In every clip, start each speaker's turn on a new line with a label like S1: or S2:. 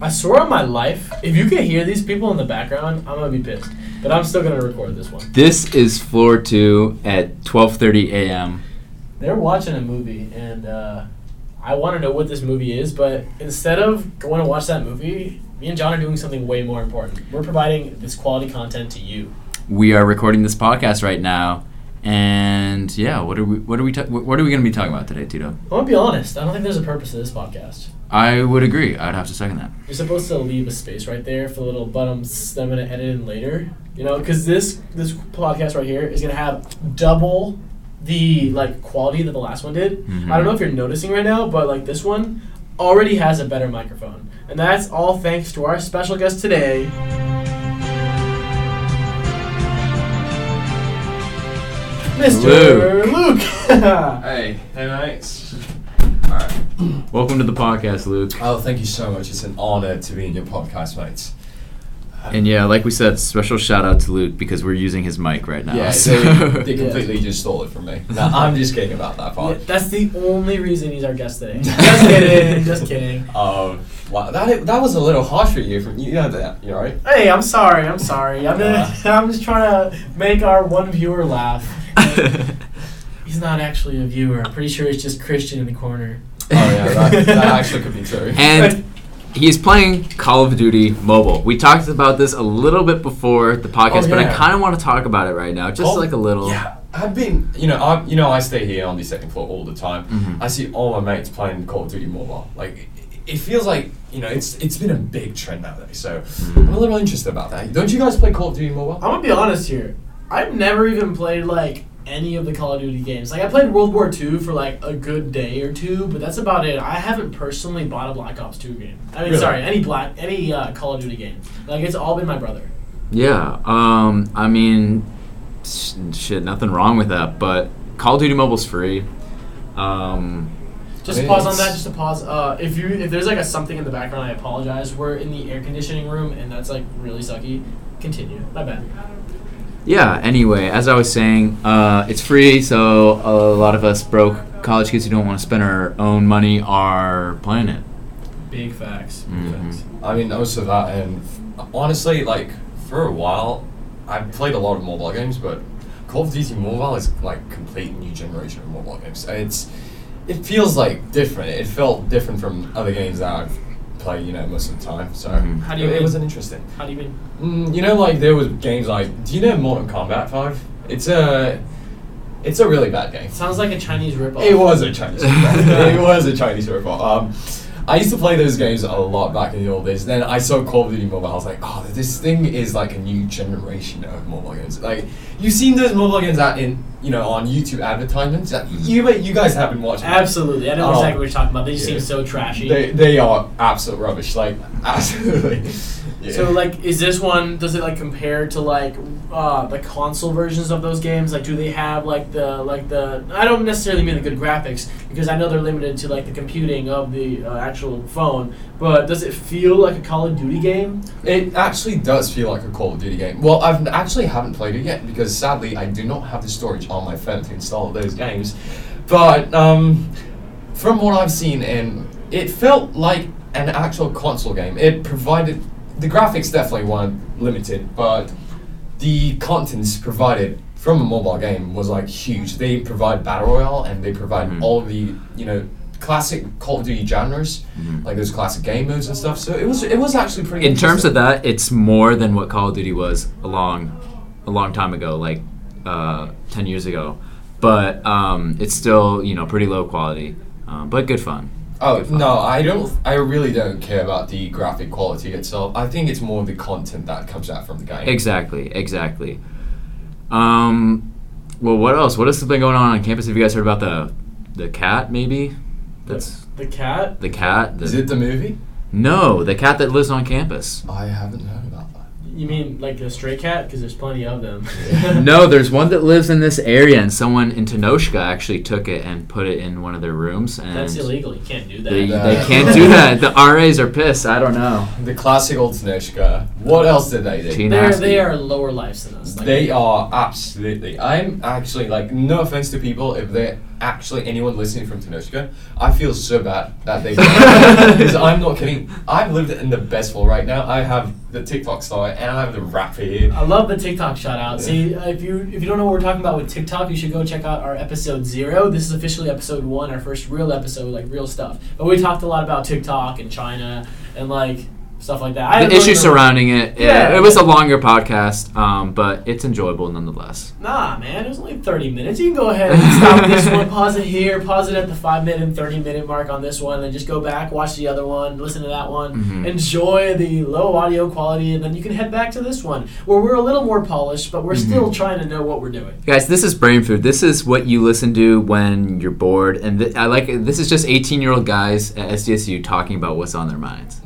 S1: I swear on my life, if you can hear these people in the background, I'm gonna be pissed. But I'm still gonna record this one.
S2: This is floor two at 12:30 a.m.
S1: They're watching a movie, and uh, I want to know what this movie is. But instead of going to watch that movie, me and John are doing something way more important. We're providing this quality content to you.
S2: We are recording this podcast right now, and yeah, what are we? What are we? Ta- what are we going to be talking about today, Tito?
S1: I'm gonna be honest. I don't think there's a purpose to this podcast.
S2: I would agree. I'd have to second that.
S1: You're supposed to leave a space right there for the little but I'm, s- I'm gonna edit in later. You know, because this this podcast right here is gonna have double the like quality that the last one did.
S2: Mhm.
S1: I don't know if you're noticing right now, but like this one already has a better microphone, and that's all thanks to our special guest today. Mr. Luke.
S3: Hey, hey mates. Alright.
S2: Welcome to the podcast, Luke.
S3: Oh, thank you so much. It's an honour to be in your podcast, mates.
S2: And yeah, like we said, special shout out to Luke because we're using his mic right now.
S3: yeah,
S2: so-
S3: they, they completely just stole it from me. No, I'm just kidding about that
S1: Yeah,
S3: part.
S1: that's the only reason he's our guest today. Just kidding, just kidding.
S3: Um, wow, that that was a little harsh for you. From you know that, you right?
S1: Hey, I'm sorry, I'm sorry. I'm,
S3: Uh.
S1: I'm just trying to make our one viewer laugh. He's not actually a viewer. I'm pretty sure it's just Christian in the corner.
S3: Oh yeah, that, that actually could be true.
S2: and he's playing Call of Duty Mobile. We talked about this a little bit before the podcast,
S1: Oh,
S2: but I
S1: yeah.
S2: kind of want to talk about it right now, just
S3: Oh,
S2: like a little.
S3: Yeah, I've been, you know, I you know, I stay here on the second floor all the time.
S2: Mm-hmm.
S3: I see all my mates playing Call of Duty Mobile. Like, it- it feels like you know, it's it's been a big trend nowadays. So
S2: Mm-hmm.
S3: I'm a little interested about that. Don't you guys play Call of Duty Mobile?
S1: I'm gonna be honest here. I've never even played like any of the Call of Duty games. Like I played World War II for like a good day or two, but that's about it. I haven't personally bought a Black Ops 2 game. I mean,
S3: Really?
S1: sorry, any Black, any uh, Call of Duty game. Like it's all been my brother.
S2: Yeah, um, I mean, sh- shit, nothing wrong with that. But Call of Duty Mobile's free. Um,
S1: Just
S3: I mean,
S1: pause on
S3: it's-
S1: that. Just to pause. Uh, if you if there's like a something in the background, I apologize. We're in the air conditioning room, and that's like really sucky. Continue. My bad.
S2: yeah. Anyway, as I was saying, uh, it's free, so a lot of us broke college kids who don't want to spend our own money are playing it.
S1: Big facts. Big
S2: Mhm.
S1: facts.
S3: I mean, most of that, and f- honestly, like for a while, I played a lot of mobile games, but Call of Duty Mobile is like complete new generation of mobile games. And It's it feels like different. It felt different from other games that I've played, you know, most of the time. So
S2: Mhm.
S1: How do you
S3: it,
S1: mean?
S3: it was an interesting.
S1: How do you mean?
S3: Mm, you know, like there was games like do you know Mortal Kombat Five? It's a it's a really bad game.
S1: Sounds like a Chinese ripoff.
S3: It was a Chinese robot. it was a Chinese robot. Um, I used to play those games a lot back in the old days. Then I saw Call of Duty Mobile. I was like, oh, this thing is like a new generation of mobile games. Like you've seen those mobile games out in you know on YouTube advertisements. that You you guys haven't watched. them.
S1: Absolutely. I know
S3: Oh.
S1: exactly what you're talking about. They just
S3: Yeah.
S1: seem so trashy.
S3: They they are absolute rubbish. Like absolutely. Yeah.
S1: So like, is this one? Does it like compare to like uh, the console versions of those games? Like, do they have like the like the? I don't necessarily mean the good graphics because I know they're limited to like the computing of the uh, actual phone. But does it feel like a Call of Duty game?
S3: It actually does feel like a Call of Duty game. Well, I've actually haven't played it yet because sadly I do not have the storage on my phone to install those games. But um, from what I've seen, and it felt like an actual console game. It provided the graphics definitely weren't limited, but the contents provided from a mobile game was like huge. They provide battle royale and they provide
S2: Mhm.
S3: all the you know classic Call of Duty genres, like those classic game modes and stuff. So it was it was actually pretty.
S2: Mm-hmm. In terms
S3: interesting.
S2: of that, it's more than what Call of Duty was a long, a long time ago, like uh, ten years ago. But um, it's still, you know, pretty low quality, um, but good fun.
S3: Oh no, I don't. I really don't care about the graphic quality itself. I think it's more the content that comes out from the game.
S2: Exactly, exactly. Um, well, what else? What else has been going on on campus? Have you guys heard about the the cat? Maybe that's
S1: The cat.
S2: the cat. The,
S3: Is it the movie?
S2: no, the cat that lives on campus.
S3: I haven't heard about that.
S1: You mean like a stray cat? Because there's plenty of them.
S2: no, there's one that lives in this area, and someone in Tenoshka actually took it and put it in one of their rooms. And
S1: That's illegal. You can't do that.
S2: They,
S3: Yeah.
S2: they can't do that. The RAs are pissed. I don't know.
S3: The classic old Sneshka. What else did they do?
S2: Teen
S1: They're,
S2: Aspen.
S1: they are lower lives than us. Like,
S3: They are absolutely. I'm actually like no offense to people if they're actually anyone listening from Tenoshka. I feel so bad that they because I'm not kidding. I've lived in the best world right now. I have the TikTok star and I have the rapper here.
S1: I love the TikTok shout out. See, uh, if you if you don't know what we're talking about with TikTok, you should go check out our episode zero. This is officially episode one, our first real episode, like real stuff. But we talked a lot about TikTok and China and like stuff like that. I
S2: the
S1: haven't really
S2: issue
S1: been-
S2: surrounding it, yeah.
S1: Yeah.
S2: it, was a longer podcast, um, but it's enjoyable nonetheless.
S1: Nah, man, it was only 30 minutes. You can go ahead and stop this one, pause it here, pause it at the 5 minute and 30 minute mark on this one, and just go back, watch the other one, listen to that one,
S2: Mhm.
S1: enjoy the low audio quality, and then you can head back to this one where we're a little more polished, but we're
S2: Mm-hmm.
S1: still trying to know what we're doing.
S2: Guys, this is brain food. This is what you listen to when you're bored, and th- I like this is just 18 year old guys at SDSU talking about what's on their minds.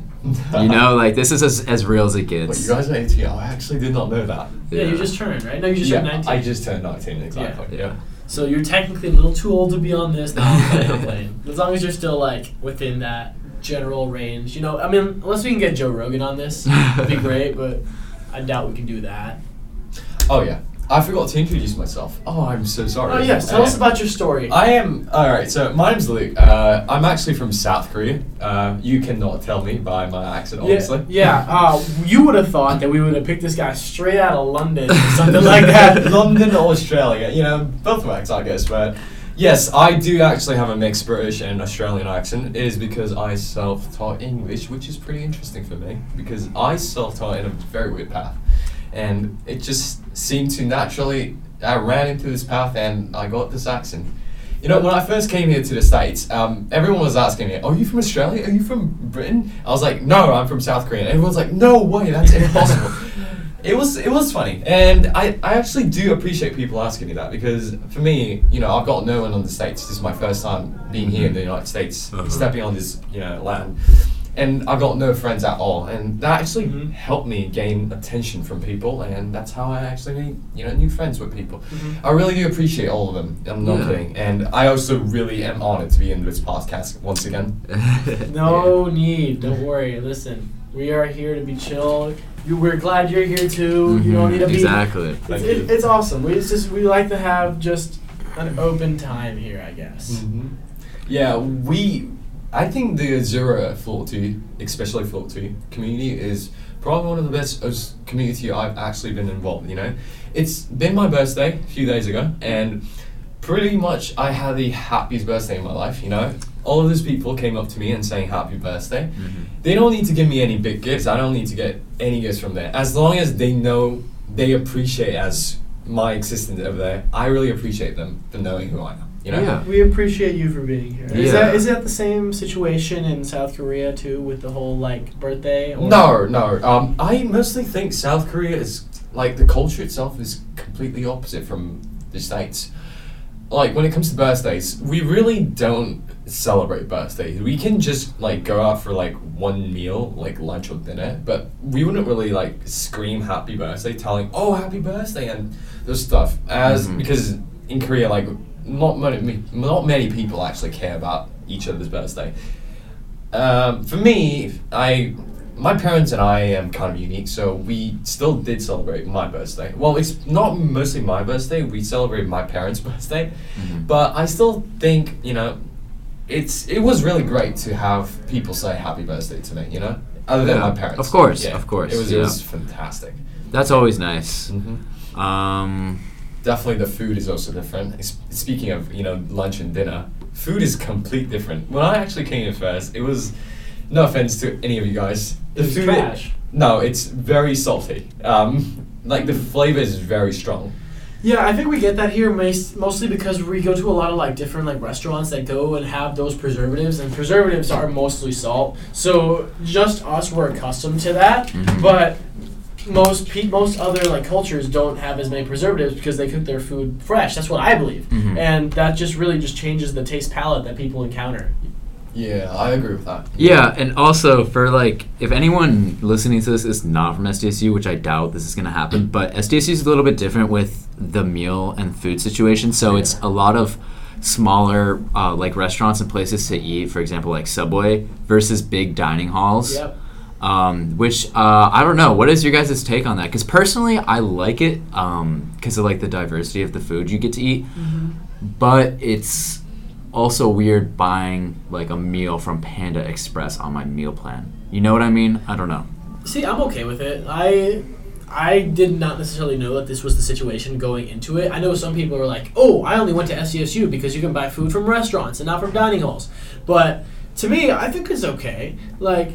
S2: You know, like this is as, as real as it
S3: Wait, you
S2: gets.
S3: guys are 18. I actually did not know that.
S1: Yeah, you just turned, right? No, you just
S3: yeah,
S1: turned 19.
S3: I just turned 19 exactly.
S2: Yeah.
S3: Yeah.
S1: so you're technically a little too old to be on this. No, I'm playing, I'm playing. As long as you're still, like, within that general range. You know, I mean, unless we can get Joe Rogan on this, it'd be great, but I doubt we can do that.
S3: Oh yeah. I forgot to introduce myself. Oh, I'm so sorry. Um,
S1: Oh yes, tell us about your story.
S3: I am all right. So my name's Luke. Uh, I'm actually from South Korea. Uh, you cannot tell me by my accent, obviously.
S1: Yeah, yeah. Uh, you would have thought that we would have picked this guy straight out of London or something like that.
S3: London or Australia, you know, both ways, I guess. But yes, I do actually have a mixed British and Australian accent. It is because I self taught English, which is pretty interesting for me because I self taught in a very weird path. And it just seemed to naturally, I ran into this path and I got this accent. You know, when I first came here to the States, um, everyone was asking me, Are you from Australia? Are you from Britain? I was like, No, I'm from South Korea. And everyone's like, No way, that's impossible. It was it was funny, and I, I actually do appreciate people asking me that because for me, you know, I've got no one on the states. This is my first time being here in the United States,
S2: Uh-huh.
S3: stepping on this you know land, and I've got no friends at all, and that actually
S2: Mm-hmm.
S1: Mhm.
S3: helped me gain attention from people, and that's how I actually made you know new friends with people. I really do appreciate all of them. I'm
S2: Mm-hmm.
S3: not
S2: Yeah.
S3: kidding, and I also really am honored to be in this podcast once again.
S2: Mm-hmm.
S1: No need. Don't worry. Listen, we are here to be chill. You, we're glad you're here too. You don't need to
S2: Mhm,
S1: be.
S2: exactly.
S1: It's,
S3: Thank
S1: it,
S3: you.
S1: it's awesome. We it's just we like to have just an open time here, I guess.
S3: Mhm. Yeah, we. I think the Azura Floor 2, especially Floor 2 community, is probably one of the best as- community I've actually been involved. You know, it's been my birthday a few days ago, and pretty much I had the happiest birthday in my life. You know, all of these people came up to me and saying happy birthday.
S2: Mm-hmm.
S3: They don't need to give me any big gifts. I don't need to get any gifts from there. As long as they know they appreciate as my existence over there, I really appreciate them for knowing who I am. You know.
S2: Yeah.
S1: We appreciate you for being here. Is
S2: Yeah.
S1: that is that the same situation in South Korea too with the whole like birthday? Or
S3: No, no. Um, I mostly think South Korea is like the culture itself is completely opposite from the states. Like when it comes to birthdays, we really don't celebrate birthdays. We can just like go out for like one meal, like lunch or dinner, but we wouldn't really like scream happy birthday, telling oh happy birthday and this stuff. As
S2: Mhm.
S3: because in Korea, like not many, not many people actually care about each other's birthday. Um, for me, I, my parents and I am kind of unique, so we still did celebrate my birthday. Well, it's not mostly my birthday. We celebrated my parents' birthday,
S2: Mhm.
S3: but I still think you know, it's it was really great to have people say happy birthday to me. You know, other than
S2: Yeah,
S3: my parents.
S2: of course, of course,
S3: It was
S2: yeah. Mm-hmm.
S3: it was fantastic.
S2: That's always nice.
S3: hmm
S1: Mm-hmm.
S2: Um,
S3: Definitely, the food is also different. S- Speaking of you know lunch and dinner, food is complete different. When I actually came here first, it was no offense to any of you guys. The
S1: It's
S3: food,
S1: trash.
S3: no, it's very salty. Um, like the flavor is very strong.
S1: Yeah, I think we get that here mas- mostly because we go to a lot of like different like restaurants that go and have those preservatives, and preservatives are mostly salt. So just us, we're accustomed to that.
S2: Mhm.
S1: But most pe- most other like cultures don't have as many preservatives because they cook their food fresh. That's what I believe,
S2: Mhm.
S1: and that just really just changes the taste palette that people encounter.
S3: Yeah, I agree with that.
S2: yeah, and also for like, if anyone listening to this is not from SDSU, which I doubt this is going to happen, but SDSU is a little bit different with the meal and food situation. So it's a lot of smaller uh, like restaurants and places to eat, for example, like Subway versus big dining halls.
S1: Yep.
S2: Um, which uh, I don't know. What is your guys' take on that? Because personally, I like it because of like the diversity of the food you get to eat, but it's also weird buying like a meal from Panda Express on my meal plan. You know what I mean? I don't know.
S1: See, I'm okay with it. I I did not necessarily know that this was the situation going into it. I know some people are like, "Oh, I only went to SCSU because you can buy food from restaurants and not from dining halls." But to me, I think it's okay. Like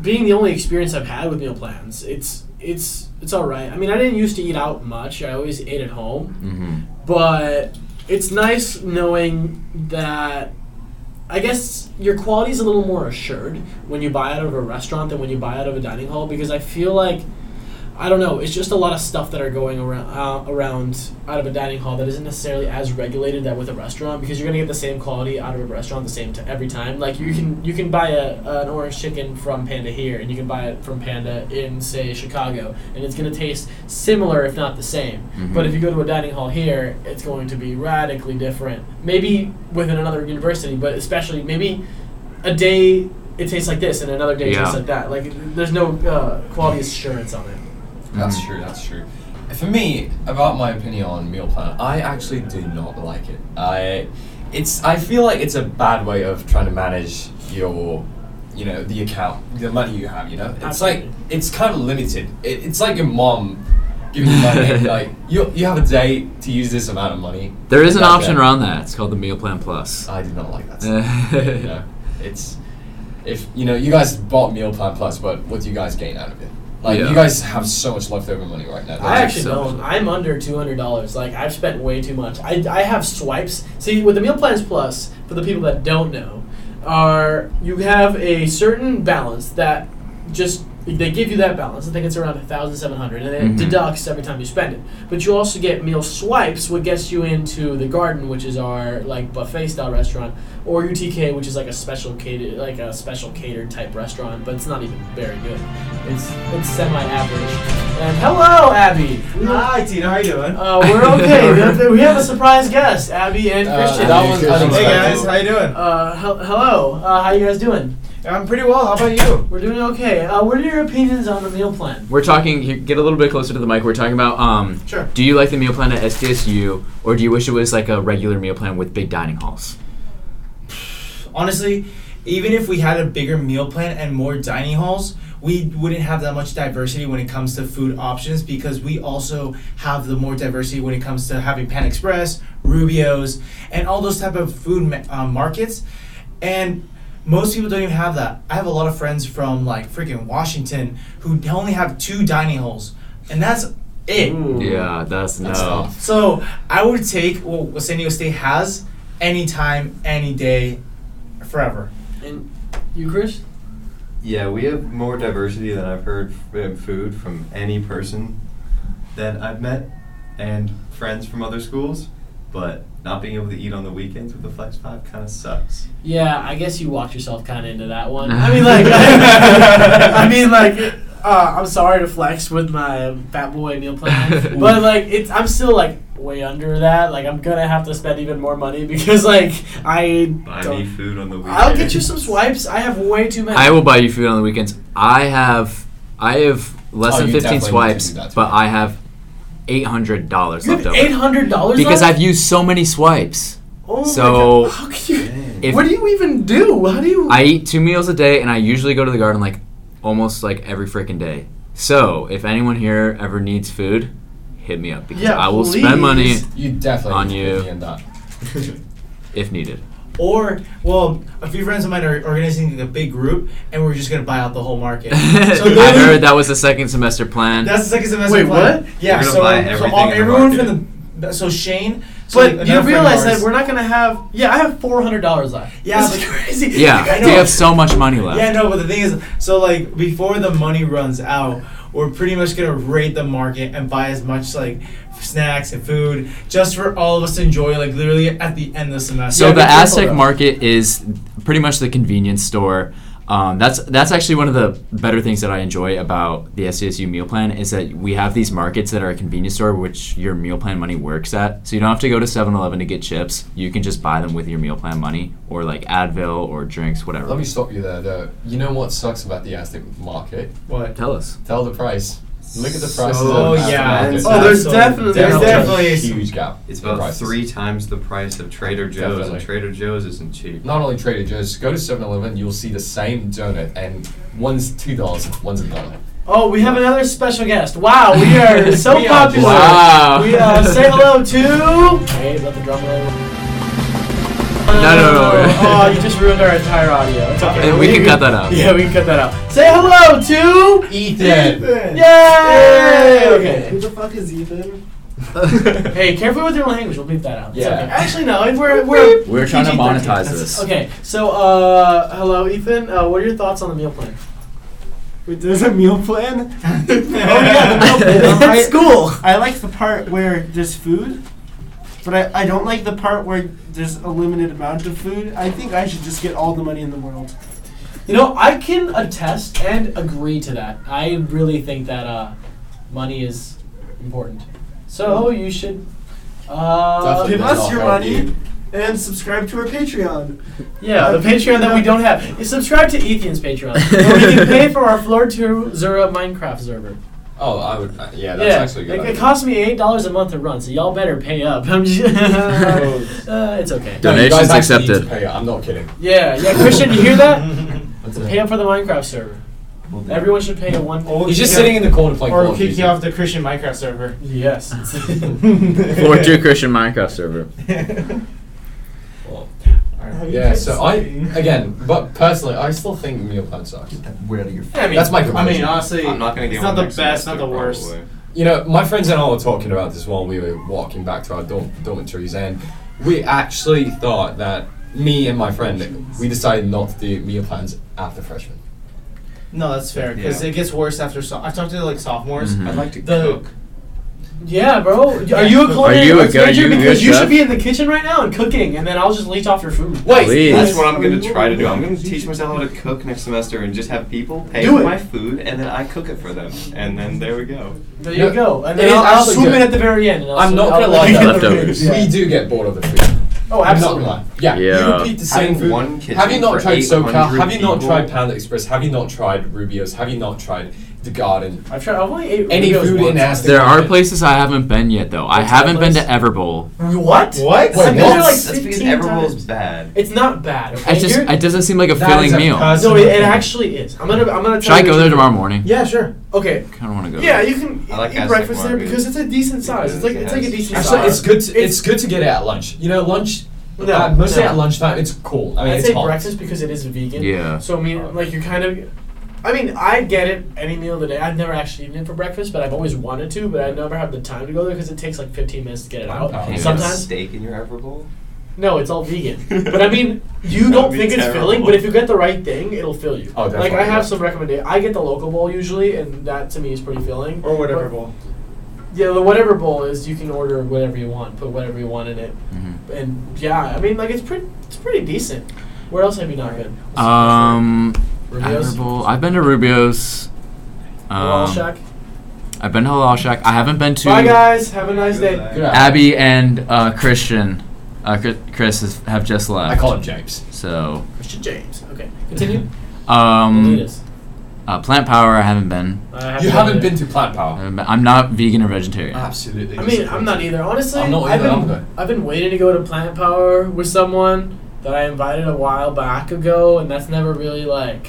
S1: being the only experience I've had with meal plans, it's it's it's all right. I mean, I didn't used to eat out much. I always ate at home
S2: Mm-hmm.
S1: but it's nice knowing that I guess your quality is a little more assured when you buy out of a restaurant than when you buy out of a dining hall because I feel like I don't know it's just a lot of stuff that are going around uh, around out of a dining hall that isn't necessarily as regulated that with a restaurant because you're gonna get the same quality out of a restaurant the same t- every time like you can you can buy a, an orange chicken from Panda here and you can buy it from Panda in say Chicago and it's gonna taste similar if not the same
S2: Mhm.
S1: but if you go to a dining hall here, it's going to be radically different. Maybe within another university, but especially maybe a day it tastes like this and another day it tastes
S2: Yeah.
S1: like that. Like there's no uh, quality assurance on it.
S3: That's
S2: Mhm.
S3: true. That's true. For me, about my opinion on meal plan, I actually do not like it. I, it's. I feel like it's a bad way of trying to manage your, you know, the account, the money you have. You know, it's like
S1: Absolutely.
S3: it's kind of limited. It, it's like your mom giving you money. like you, you have a day to use this amount of money.
S2: There is an
S3: That's
S2: option
S3: it.
S2: around that. It's called the meal plan plus.
S3: I do not like that. you
S2: yeah.
S3: know, it's if you know you guys bought meal plan plus, but what do you guys gain out of it? Like
S2: Yeah.
S3: you guys have so much leftover money right now.
S1: I
S3: Like,
S1: actually
S2: so
S1: don't.
S2: much.
S1: I'm under two hundred dollars. Like I've spent way too much. I, I have swipes. See, with the meal plans plus, for the people that don't know, are you have a certain balance that just they give you that balance. I think it's around thousand seven hundred, and it
S2: Mhm.
S1: deducts every time you spend it. But you also get meal swipes, which gets you into the Garden, which is our like buffet style restaurant, or UTK, which is like a special catered like a special catered type restaurant, but it's not even very good. It's it's semi average. And hello, Abby.
S4: Hi, Tina. How you doing?
S1: Uh, we're okay. we, have, we have a surprise guest, Abby and
S3: Uh,
S1: Christian.
S3: that was
S4: hey guys,
S3: unexpected.
S4: how you doing?
S1: Uh, he- hello. Uh, how you guys doing?
S4: I'm pretty well. How about you?
S1: We're doing okay. Uh, what are your opinions on the meal plan?
S2: We're talking. here- Get a little bit closer to the mic. We're talking about. Um,
S4: Sure.
S2: Do you like the meal plan at SDSU, or do you wish it was like a regular meal plan with big dining halls?
S4: Honestly, even if we had a bigger meal plan and more dining halls, we wouldn't have that much diversity when it comes to food options because we also have the more diversity when it comes to having Pan Express, Rubio's, and all those type of food ma- uh, markets. And most people don't even have that. I have a lot of friends from like freaking Washington who only have two dining halls, and that's it.
S2: Yeah, that's,
S3: That's
S2: no.
S3: tough.
S4: So I would take what what San Diego State has anytime, any day, forever.
S1: And you, Chris?
S5: Yeah, we have more diversity than I've heard f- in food from any person that I've met and friends from other schools, but not being able to eat on the weekends with the Flex 5 kind of sucks.
S1: Yeah, I guess you walked yourself kind of into that one. I mean, like, I mean, like, uh, I'm sorry to flex with my fat boy meal plan, but like, it's I'm still like way under that. Like, I'm gonna have to spend even more money because like I
S5: Buy me
S1: don't.
S5: food on the weekends.
S1: I'll get you some swipes. I have way too many.
S2: I will buy you food on the weekends. I have, I have less
S3: Oh,
S2: than
S3: you
S2: fifteen
S3: definitely need to
S2: swipes,
S3: do that to
S2: but
S3: me.
S2: I have eight hundred dollars
S1: You
S2: left
S1: have
S2: over
S1: eight hundred dollars
S2: because I've used so many swipes.
S1: Oh
S2: so-
S1: my God. how can you?
S5: Dang.
S2: If
S1: what do you even do? How do you?
S2: I eat two meals a day, and I usually go to the garden like almost like every freaking day. So if anyone here ever needs food, hit me up because
S1: Yeah,
S2: I will spend money
S1: please.
S3: You definitely
S2: On
S3: need to
S2: you.
S3: put me in that.
S2: if needed.
S4: Or, well, a few friends of mine are organizing a big group, and we're just gonna buy out the whole market. so
S2: I
S4: literally,
S2: heard that was the second semester plan.
S4: that's the second semester.
S1: Wait,
S4: plan.
S1: what?
S4: Yeah.
S5: We're gonna
S4: so,
S5: buy
S4: so
S5: everything
S4: all,
S5: in the
S4: everyone
S5: market.
S4: from the so Shane. So
S1: but
S4: another
S1: you
S4: friend of
S1: realize that
S4: ours-
S1: we're not gonna have. Yeah, I have four hundred dollars left.
S4: Yeah,
S1: this is
S4: but-
S1: crazy.
S2: yeah,
S4: I
S2: we
S4: know.
S2: have so much money left.
S4: Yeah, no, but the thing is, so like before the money runs out, we're pretty much gonna raid the market and buy as much like snacks and food just for all of us to enjoy, like literally at the end of the semester.
S2: So
S3: Yeah,
S2: the
S3: be careful,
S2: Aztec
S3: though.
S2: Market is pretty much the convenience store Um, that's that's actually one of the better things that I enjoy about the SDSU meal plan is that we have these markets that are a convenience store which your meal plan money works at. So you don't have to go to 7-Eleven to get chips. You can just buy them with your meal plan money or like Advil or drinks, whatever.
S3: Let me stop you there, though. You know what sucks about the Aztec market?
S4: What?
S2: Tell us.
S3: Tell the price. Look at the price.
S4: So, yeah.
S5: it's-
S4: Oh, there's
S5: so
S4: definitely, there's
S3: definitely a
S4: definitely.
S3: huge gap.
S5: It's
S3: in
S5: about
S3: prices.
S5: three times the price of Trader Joe's,
S3: Definitely.
S5: and Trader Joe's isn't cheap.
S3: Not only Trader Joe's, go to 7 Eleven, you'll see the same donut, and one's $2, one's a dollar.
S1: Oh, we have another special guest. Wow, we are so
S3: We are
S1: popular.
S2: wow.
S1: We uh, say hello to. Hey, let the drum roll.
S2: No, no, no, no.
S1: Oh, you just ruined our entire audio. It's okay.
S2: And we can cut that out.
S1: Yeah, we can cut that out. Say hello to.
S3: Ethan!
S1: Yay!
S4: Who
S1: Okay.
S4: the fuck is Ethan?
S1: Hey, careful with your language. We'll beep that out. It's
S3: Yeah.
S1: okay. Actually, no. if We're we're
S2: We're trying to
S4: PG-13.
S2: monetize this.
S1: okay. So, uh, hello, Ethan. Uh, what are your thoughts on the meal plan?
S6: Wait, there's a meal plan?
S1: Oh yeah, the meal plan.
S6: That's
S1: That's cool.
S6: I like the part where there's food, but I, I don't like the part where there's a limited amount of food. I think I should just get all the money in the world.
S1: You know, I can attest and agree to that. I really think that uh, money is important. So you should. Uh,
S3: Definitely
S6: give
S3: does
S6: us
S3: not
S6: your
S3: help
S6: money.
S3: you.
S6: And subscribe to our Patreon.
S1: Yeah, the Patreon that we don't have. You subscribe to Ethan's Patreon. where we can pay for our floor two Zura Minecraft server.
S3: Oh, I would. uh, yeah, that's
S1: yeah,
S3: actually a good.
S1: it, it
S3: idea.
S1: costs me eight dollars a month to run, so y'all better pay up. I'm just,
S3: Oh,
S1: uh, it's okay.
S3: No, you guys
S2: Donations
S3: actually need to
S2: accepted.
S3: pay it, I'm not kidding.
S1: Yeah, yeah, Christian, you hear that? Pay up for the Minecraft server. Everyone should pay a one.
S3: He's just sitting in the corner playing Call
S4: Or
S3: of
S4: kick
S3: Duty.
S4: you off the Christian Minecraft server.
S1: Yes.
S2: Floor two Christian Minecraft server.
S3: Well,
S4: Alright.
S3: Yeah, so I again, but personally, I still think meal plan sucks.
S5: Where do you?
S4: I mean,
S3: That's my
S4: I mean,
S3: conclusion.
S4: honestly,
S5: I'm not gonna get
S4: it's
S5: one
S4: not the
S5: next
S4: best, not
S5: semester,
S4: the worst.
S5: probably.
S3: You know, my friends and I were talking about this while we were walking back to our dorm, dormitories, and we actually thought that me and my friend we decided not to do meal plans after freshman.
S4: No, that's fair because
S5: Yeah. Mm-hmm.
S4: it gets worse after. So- I talked to like sophomores.
S2: Mhm.
S5: I'd like to
S4: The-
S5: cook.
S1: yeah, bro. Are you a culinary
S2: you a
S1: arts
S2: good- are
S1: major?
S2: you a
S1: because
S2: good
S1: you
S2: chef?
S1: should be in the kitchen right now and cooking, and then I'll just leech off your food.
S3: Wait,
S2: Please.
S5: That's
S2: Yes.
S5: what I'm going to try to do. I'm going to teach myself how to cook next semester and just have people pay
S1: Do
S5: for
S1: it.
S5: my food and then I cook it for them. And then there we go.
S1: There you
S3: No,
S1: go. And
S3: it
S1: then
S3: is
S1: I'll, I'll
S3: actually
S1: swoop
S3: good.
S1: in at the very end. And I'll
S3: I'm
S1: swoop-
S3: not gonna
S1: I'll
S3: lie,
S1: leech
S3: though.
S1: off the food.
S2: Leftovers.
S1: Yeah.
S3: we do get bored of the food.
S1: Oh,
S3: I'm not gonna
S1: absolutely.
S3: lie. Yeah,
S2: Yeah.
S3: you repeat the same
S5: Having
S3: food.
S5: one kitchen
S3: Have you not
S5: for
S3: tried SoCal?
S5: 800
S3: Have you not
S5: people?
S3: tried Panda Express? Have you not tried Rubio's? Have you not tried the Garden?
S1: I've tried. I've only ate
S3: Any
S1: Oreos
S3: food in
S1: once.
S3: Aston-
S2: There are places I haven't been yet though. I
S1: What's that
S2: haven't been to
S1: place?
S2: Everbowl.
S1: What?
S4: What?
S3: Wait,
S1: I've been there
S3: what?
S1: like
S5: That's because
S1: 15
S5: Everwell's
S1: times.
S5: bad.
S1: It's not bad. Okay?
S2: It just
S1: You're-
S2: it doesn't seem like a
S3: That is
S2: filling
S3: a
S2: meal.
S3: cousin.
S1: no, it, it actually is. I'm gonna. I'm gonna.
S2: Should I
S1: tell
S2: go
S1: you-
S2: there tomorrow morning?
S4: Yeah, sure.
S1: Okay.
S2: I kind of want to go.
S1: Yeah, you can
S5: I like
S1: eat
S5: Aztec
S1: breakfast there
S5: market.
S1: because it's a decent size. It's like it's like a
S5: Yes.
S1: decent
S3: Actually,
S1: size.
S3: it's good. To, it's good to get it at lunch. You know, lunch.
S1: No,
S3: uh, mostly
S1: no.
S3: at lunchtime, it's cool. I mean,
S1: I
S3: it's
S1: say
S3: hot.
S1: breakfast because it is vegan.
S2: Yeah.
S1: So I mean, like you're kind of. I mean, I get it any meal of the day. I've never actually eaten it for breakfast, but I've always wanted to, but I never have the time to go there because it takes like 15 minutes to get it out.
S3: Wow.
S5: Can you have
S1: Sometimes,
S5: steak in your Everbowl?
S1: no, it's all vegan. But I mean, you
S5: That
S1: don't
S5: would be
S1: think it's
S5: terrible.
S1: filling, but if you get the right thing, it'll fill you.
S3: Oh,
S1: Like
S3: definitely,
S1: I have
S3: yeah.
S1: some recommendation. I get the local bowl usually, and that to me is pretty filling.
S4: Or whatever
S1: But-
S4: bowl.
S1: Yeah, the whatever bowl is you can order whatever you want, put whatever you want in it,
S2: Mhm.
S1: and yeah, I mean like it's pretty, it's pretty decent. Where else have you not been?
S2: Um,
S1: Rubio's?
S2: Everbowl. I've been to Rubio's.
S1: Halal
S2: Um,
S1: Shack.
S2: I've been to Halal Shack. I haven't been to
S1: Bye guys. Have a nice day.
S5: Good luck.
S3: Good at-
S2: Abby and uh, Christian. Uh, Chris- Chris has, have just left.
S3: I call him James.
S2: So,
S1: Christian James. Okay, continue.
S2: um,
S1: Lead us.
S2: uh, Plant Power. I haven't been.
S1: I haven't
S3: You haven't been
S1: there.
S3: to Plant
S2: I
S3: Power.
S2: haven't been- I'm not vegan or vegetarian.
S3: Absolutely.
S1: I mean, I'm not either. Honestly,
S3: I'm not either,
S1: have been,
S3: either.
S1: I've been waiting to go to Plant Power with someone that I invited a while back ago, and that's never really like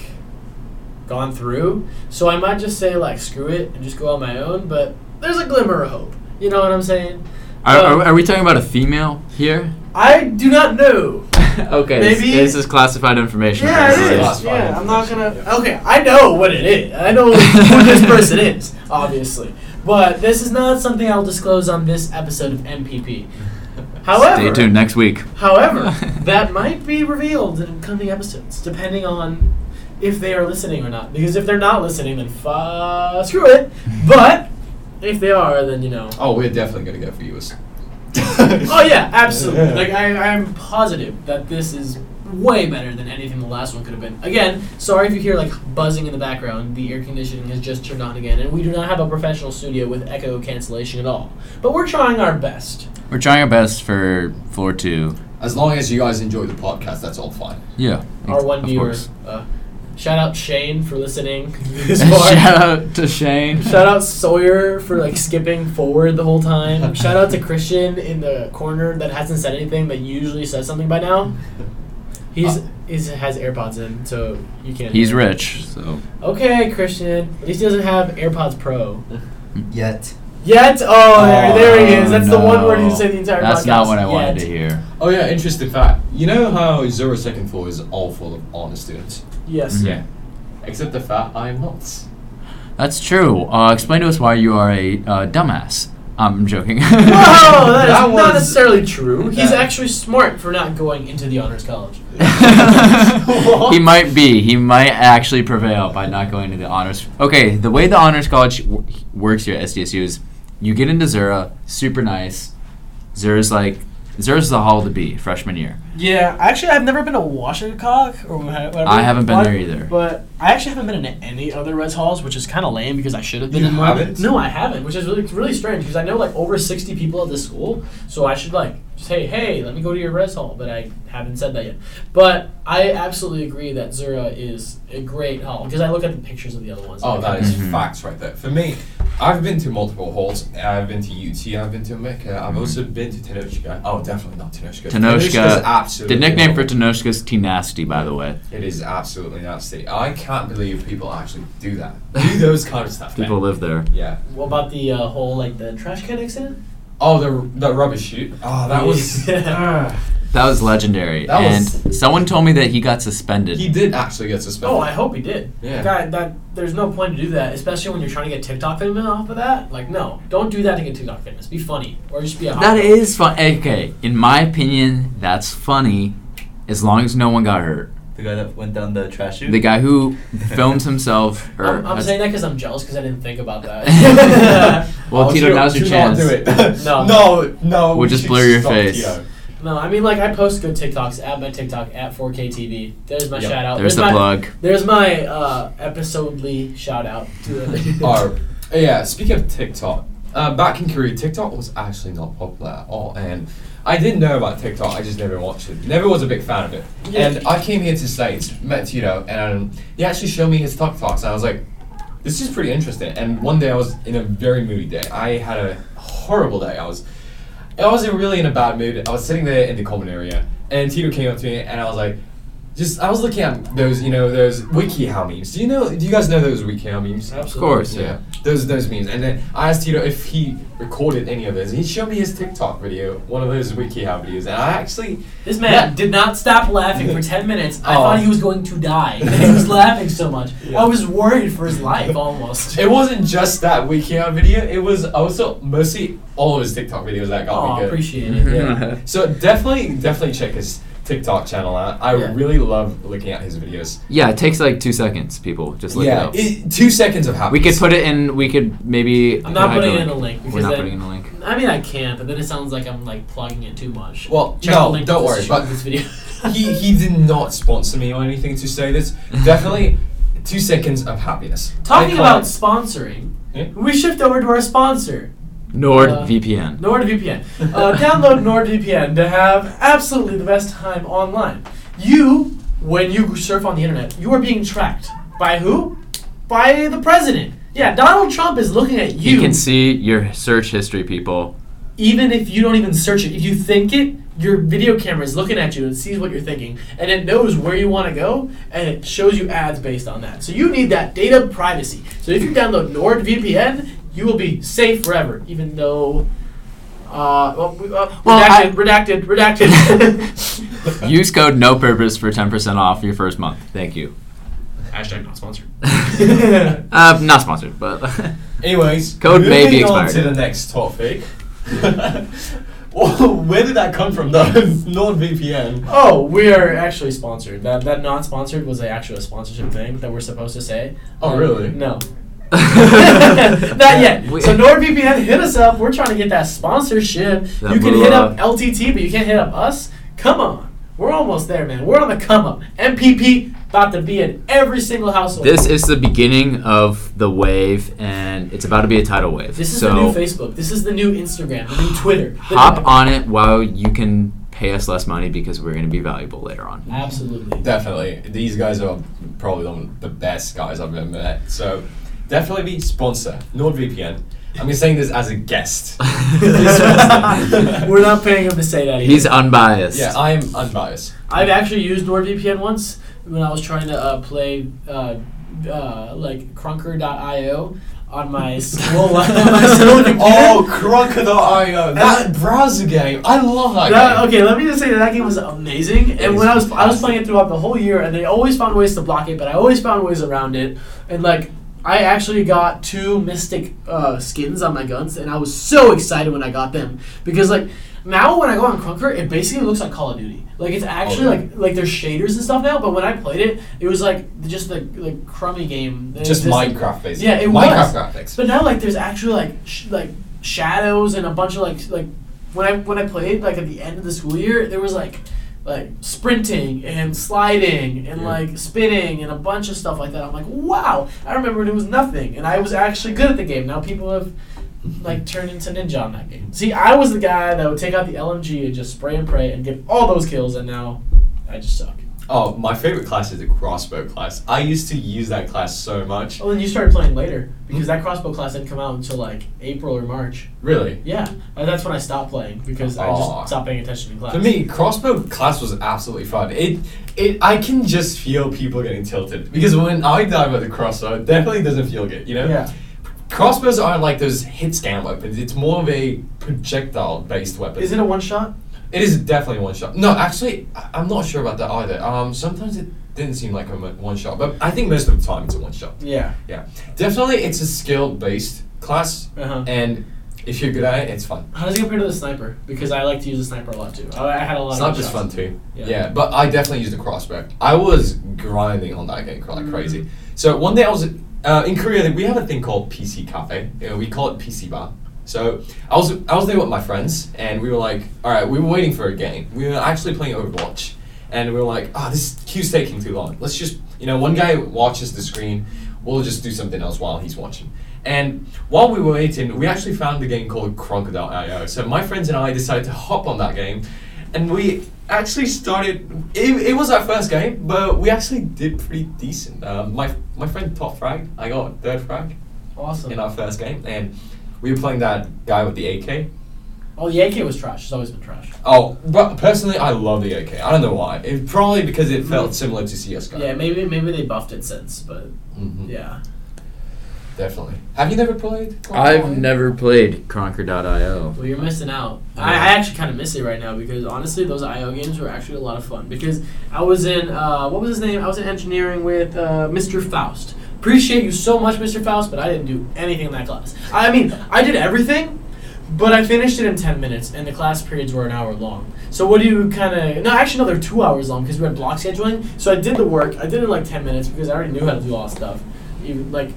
S1: gone through. So I might just say like screw it and just go on my own. But there's a glimmer of hope. You know what I'm saying?
S2: Are,
S1: Um,
S2: are, are we talking about a female here?
S1: I do not know.
S2: okay,
S1: Maybe-
S2: this, this is classified information.
S1: Yeah,
S2: for
S1: it
S2: us.
S1: is.
S3: Classified
S1: Yeah, I'm not
S3: information,
S1: gonna.
S3: yeah.
S1: Okay, I know what it is. I know who this person is, obviously. But this is not something I'll disclose on this episode of MPP. However,
S2: Stay tuned next week.
S1: However, that might be revealed in coming episodes, depending on if they are listening or not. Because if they're not listening, then fu- screw it. But if they are, then you know.
S3: Oh, we're definitely gonna go for yours.
S1: Oh yeah, absolutely. Like I, I'm positive that this is way better than anything the last one could have been. Again, sorry if you hear like buzzing in the background. The air conditioning has just turned on again, and we do not have a professional studio with echo cancellation at all. But we're trying our best.
S2: We're trying our best for floor two.
S3: As long as you guys enjoy the podcast, that's all fine.
S2: Yeah.
S1: Our one
S2: of
S1: viewer.
S2: course.
S1: Uh, shout out Shane for listening this far.
S2: Shout out to Shane.
S1: Shout out Sawyer for like skipping forward the whole time. Shout out to Christian in the corner that hasn't said anything but usually says something by now. He's
S7: Uh.
S1: he's has AirPods in, so you can't.
S2: He's rich, so
S1: Okay, Christian. At least he doesn't have AirPods Pro
S7: Yet.
S1: yet. Oh, there, there he is. That's the one
S2: Oh, no.
S1: word you said the entire.
S2: that's
S1: podcast.
S2: not what I wanted to
S1: Yet.
S2: hear.
S3: Oh yeah, interesting fact. You know how zero second floor is all full of honor students,
S1: Yes.
S2: Yeah.
S3: except the fact I am not.
S2: That's true. Uh, explain to us why you are a uh, dumbass. I'm joking.
S1: Whoa, that is
S3: That
S1: not
S3: was-
S1: necessarily true. He's
S3: that-
S1: actually smart for not going into the honors college.
S2: he might be. He might actually prevail by not going to the honors. Okay, the way the honors college w- works here at SDSU is you get into Zura, super nice. Zura's like Zura's the hall to be freshman year.
S7: Yeah, actually, I've never been to Washacock or wha- whatever.
S2: I haven't been
S7: What?
S2: there either.
S7: But
S1: I actually haven't been in any other res halls, which is kind of lame because I should have been.
S3: You
S1: in one.
S3: haven't?
S1: No, I haven't, which is really really strange because I know like over sixty people at this school, so I should like say, hey, let me go to your res hall, but I haven't said that yet. But I absolutely agree that Zura is a great hall because I look at the pictures of the other ones.
S3: Oh, that is
S2: Mhm.
S3: facts right there. For me, I've been to multiple halls. I've been to UT. I've been to Mecca.
S2: Mm-hmm.
S3: I've also been to Tenochca. Oh, definitely not Tenochca.
S2: Tenochca-
S3: Tenochca's absolutely
S2: The nickname for
S3: horrible.
S2: Tanoshka's T Nasty, by the way.
S3: It is absolutely nasty. I can't believe people actually do that. Do those kind of stuff. man.
S2: People live there.
S3: Yeah.
S1: What about the uh, whole like the trash can accident?
S3: Oh, the the rubber shoot. Oh, that was.
S2: That was legendary.
S3: That
S2: and
S3: was-
S2: someone told me that he got suspended.
S3: He did actually get suspended.
S1: Oh, I hope he did.
S3: Yeah.
S1: God, that there's no point to do that, especially when you're trying to get TikTok famous off of that. Like, no, don't do that to get TikTok famous. Be funny or just be a. hot
S2: that
S1: girl.
S2: is fun. Okay, in my opinion, that's funny, as long as no one got hurt.
S7: the guy that went down the trash chute.
S2: The guy who films himself. Or
S1: I'm, I'm
S2: has-
S1: saying that because I'm jealous because I didn't think about that.
S2: Well,
S3: Oh,
S2: Tito,
S3: do-
S2: now's your
S3: do
S2: chance.
S3: Not do it.
S1: No.
S3: no, no.
S2: We'll
S3: we
S2: just
S3: should
S2: blur your
S3: stop
S2: face.
S3: Tito.
S1: no, I mean like I post good TikToks at my TikTok at 4K TV. There's my
S3: Yep.
S1: shout out.
S2: There's the
S1: my,
S2: plug.
S1: There's my uh, episodely shout out to the.
S3: Oh, yeah. Speaking of TikTok, uh, back in Korea, TikTok was actually not popular at all, and I didn't know about TikTok. I just never watched it. Never was a big fan of it.
S1: Yeah.
S3: And I came here to States, met Tito, and um, he actually showed me his TikToks, and I was like, "This is pretty interesting." And one day I was in a very moody day. I had a horrible day. I was, I was really in a bad mood. I was sitting there in the common area, and Tito came up to me, and I was like. Just I was looking at those, you know, those WikiHow memes. Do you know? Do you guys know those WikiHow memes?
S2: Of course, yeah.
S3: Yeah, those those memes. And then I asked Tito if he recorded any of those. He showed me his TikTok video, one of those WikiHow videos, and I actually
S1: This man
S3: Yeah.
S1: did not stop laughing for 10 minutes. I
S3: Oh.
S1: thought he was going to die. he was laughing so much. I was worried for his life almost.
S3: it wasn't just that WikiHow video. It was also mostly all of his TikTok videos that got
S1: Oh,
S3: me good. Mm-hmm.
S1: appreciate it.
S3: Yeah. so definitely definitely check his TikTok channel out. I
S1: Yeah.
S3: really love looking at his videos.
S2: Yeah, it takes like two seconds, people. Just look it
S3: yeah,
S2: up.
S3: it- two seconds of
S2: We
S3: happiness.
S2: could put it in. We could maybe.
S1: I'm not putting in
S2: hyperlink.
S1: a link
S2: We're
S1: because
S2: not
S1: then,
S2: putting in a link.
S1: I mean I can, but then it sounds like I'm like plugging it too much.
S3: Well,
S1: Check the
S3: no,
S1: link
S3: don't
S1: to
S3: worry,
S1: this-
S3: but-
S1: this video.
S3: he he did not sponsor me or anything to say this. definitely two seconds of happiness.
S1: Talking
S3: I
S1: about
S3: can't-
S1: sponsoring,
S3: Yeah?
S1: we shift over to our sponsor, Uh,
S2: NordVPN.
S1: NordVPN. Uh, download NordVPN to have absolutely the best time online. You, when you surf on the internet, you are being tracked by who? By the president. Yeah, Donald Trump is looking at you.
S2: You can see your search history, people.
S1: even if you don't even search it, if you think it, your video camera is looking at you and sees what you're thinking, and it knows where you want to go, and it shows you ads based on that. So you need that data privacy. So if you download NordVPN, you will be safe forever, even though. Uh, well, we- uh,
S2: Well, I-
S1: redacted, redacted, redacted.
S2: Use code no purpose for ten percent off your first month. Thank you.
S1: Hashtag not sponsored.
S2: Uh, not sponsored, but.
S3: Anyways,
S2: Code
S3: moving
S2: may be
S3: on to
S2: expired.
S3: the next topic. Whoa, Where did that come from, though? NordVPN.
S1: Oh, we are actually sponsored. That that not sponsored was a actual sponsorship thing that we're supposed to say.
S3: Oh, really?
S1: No. Not yet.
S2: We-
S1: so NordVPN, hit us up. We're trying to get that sponsorship.
S2: That
S1: you can
S2: will,
S1: hit up
S2: uh,
S1: LTT, but you can't hit up us. Come on, We're almost there, man. We're on the come up. MPP about to be in every single household.
S2: This is the beginning of the wave, and it's about to be a tidal wave.
S1: This is
S2: so
S1: the new Facebook. This is the new Instagram. The new Twitter. The-
S2: hop on it while you can pay us less money because we're going to be valuable later on.
S1: Absolutely.
S3: Definitely. These guys are probably one of the best guys I've ever met. So definitely be sponsor NordVPN. I'm just saying this as a guest.
S1: We're not paying him to say that. Either.
S2: He's unbiased.
S3: Yeah, I'm unbiased.
S1: I've actually used NordVPN once when I was trying to uh, play uh, uh, like Crunker.io on my small on my small computer.
S3: oh, Crocodile! That browser game. I love that,
S1: That-
S3: game.
S1: okay, let me just say that, that game was amazing. and
S3: is
S1: when I was I was
S3: fantastic.
S1: playing it throughout the whole year, and they always found ways to block it, but I always found ways around it. And like, I actually got two mystic uh, skins on my guns, and I was so excited when I got them because like now when I go on Crunker, it basically looks like Call of Duty. Like it's actually
S3: yeah.
S1: like like there's shaders and stuff now. But when I played it, it was like just the like crummy game. that
S3: Just
S1: existed.
S3: Minecraft basically.
S1: Yeah, it was.
S3: Minecraft graphics.
S1: But now, like, there's actually like sh- like shadows and a bunch of like like when I when I played like at the end of the school year, there was like like sprinting and sliding and
S3: Yeah.
S1: like spinning and a bunch of stuff like that. I'm like, wow! I remembered it was nothing, and I was actually good at the game. Now people have like turned into ninja on that game. See, I was the guy that would take out the LMG and just spray and pray and get all those kills, and now I just suck.
S3: Oh, my favorite class is the crossbow class. I used to use that class so much.
S1: Well, then Oh, you started playing later because that crossbow class didn't come out until like April or March.
S3: Really.
S1: Yeah, and that's when I stopped playing because I
S3: Aw.
S1: just stopped paying attention in class.
S3: For me, crossbow class was absolutely fun. It, it, I can just feel people getting tilted because when I dive at the crossbow, it definitely doesn't feel good. You know.
S1: yeah,
S3: Crossbows aren't like those hit scan weapons. It's more of a projectile based weapon.
S1: is it a one shot?
S3: It is definitely one shot. No, actually, I- I'm not sure about that either. Um, sometimes it didn't seem like a mo- one shot, but I think most of the time it's a one shot.
S1: Yeah.
S3: Yeah, definitely, it's a skill based class,
S1: Uh-huh.
S3: and if you're good at it, it's fun.
S1: How does it compare to the sniper? Because I like to use the sniper a lot too. I, I had a lot.
S3: It's
S1: of
S3: not
S1: good
S3: just
S1: shots.
S3: fun too.
S1: Yeah.
S3: Yeah. but I definitely used a crossbow. I was grinding on that game like crazy.
S1: Mm-hmm.
S3: So one day I was uh, in Korea. We have a thing called PC cafe. You know, we call it PC bar. So I was I was there with my friends, and we were like, all right, we were waiting for a game. We were actually playing Overwatch, and we were like, ah, this queue's taking too long. Let's just you know, one guy watches the screen. We'll just do something else while he's watching. And while we were waiting, we actually found the game called Crocodile.io. So my friends and I decided to hop on that game and we actually started. It, it was our first game, but we actually did pretty decent. Uh, my my friend top frag, I got third frag
S1: Awesome.
S3: in our first game, and we were playing that guy with the AK.
S1: oh, the AK was trash. It's always been trash.
S3: Oh, but personally, I love the AK. I don't know why. It probably because it felt similar to CS:GO.
S1: Mm. Yeah, maybe maybe they buffed it since, but
S3: Mhm,
S1: yeah.
S3: definitely. Have you never played?
S2: I've never played Conquer.io.
S1: Well, you're missing out. I, I actually kind of miss it right now because honestly, those IO games were actually a lot of fun. Because I was in, uh, what was his name? I was in engineering with uh, Mr. Faust. Appreciate you so much, Mr. Faust, but I didn't do anything in that class. I mean, I did everything, but I finished it in 10 minutes, and the class periods were an hour long. So, what do you kind of. No, actually, no, they're two hours long because we had block scheduling. So, I did the work. I did it in like 10 minutes because I already knew how to do all that stuff. Even, like,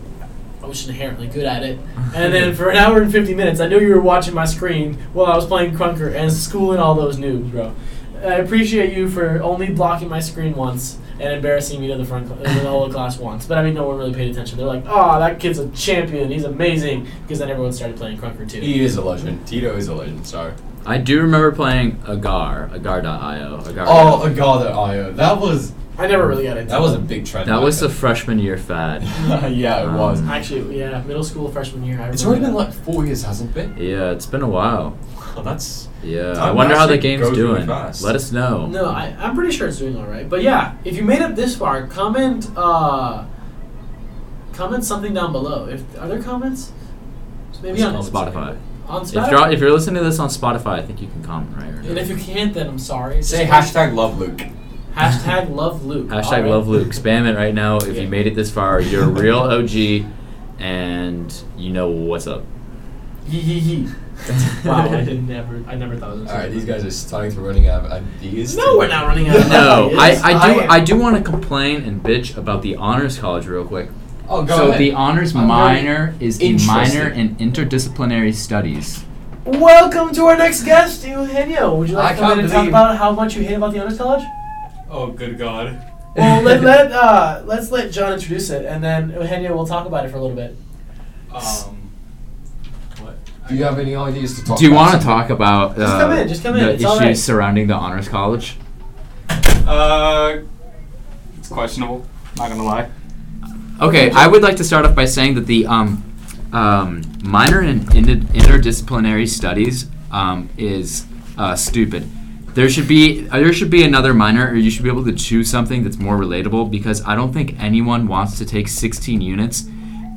S1: I was inherently good at it. And then for an hour and 50 minutes, I knew you were watching my screen while I was playing Crunker and schooling all those noobs, bro. I appreciate you for only blocking my screen once and embarrassing me to the front, cl- to the whole class once. But I mean, no one really paid attention. They're like, "Oh, that kid's a champion. He's amazing." Because then everyone started playing Crunker too.
S3: He is a legend. Tito is a legend. Sorry.
S2: I do remember playing Agar, Agar.io. Agar.
S3: Oh, a god IO. That was
S1: I never really got into.
S3: that was a
S1: it.
S3: big trend.
S2: that was the
S3: back
S2: freshman year fad.
S3: then. yeah, it was.
S1: Mm.
S2: Um,
S1: actually yeah, middle school freshman year. I
S3: It's already been
S1: remember
S3: like four years, hasn't it? been?
S2: Yeah, it's been a while.
S3: Oh, that's
S2: Yeah, I
S3: Time
S2: wonder how the
S3: actually
S2: game's
S3: goes really
S2: doing.
S3: fast.
S2: Let us know.
S1: that. No, I, I'm pretty sure it's doing all right. But yeah, if you made it this far, comment. uh Comment something down below. If are there comments, maybe
S3: Just
S1: on
S3: comment.
S2: Spotify.
S1: on Spotify.
S2: If you're if you're listening to this on Spotify, I think you can comment right.
S1: and
S2: Or
S1: if you can't, then I'm sorry.
S3: Say
S1: Just-
S3: hashtag love Luke.
S1: Hashtag love Luke.
S2: Hashtag
S1: Alright.
S2: love Luke. Spam it right now. If
S1: Yeah.
S2: you made it this far, you're a real OG, and you know what's up.
S1: Yee yee yee. Wow, I didn't never, I never thought it was.
S3: Alright, these guys are starting to running out of ideas.
S1: No, we're not running out. of
S2: No, I,
S1: ideas.
S2: I do
S3: I-
S2: I do want to complain and bitch about the honors college real quick.
S3: Oh, go
S2: so
S3: ahead.
S2: the honors
S3: I'm very
S2: minor is the minor
S3: interested.
S2: in interdisciplinary studies.
S1: Welcome to our next guest, Eugenio. Would you like
S3: I
S1: to come in
S3: can't
S1: and talk
S3: believe-
S1: about how much you hate about the honors college?
S8: Oh, good God.
S1: Well, let, let uh, let's let John introduce it, and then Eugenio will talk about it for a little bit.
S8: Um, what?
S3: Do you have any ideas to talk
S2: Do you
S3: about?
S2: want to talk about uh,
S1: Just come in, just come in,
S2: the
S1: it's
S2: issues
S1: all right.
S2: surrounding the honors college?
S8: Uh, it's questionable. Not gonna lie.
S2: Okay, I would like to start off by saying that the um, um, minor in inter- interdisciplinary studies um, is uh, stupid. There should be uh, there should be another minor, or you should be able to choose something that's more relatable. Because I don't think anyone wants to take 16 units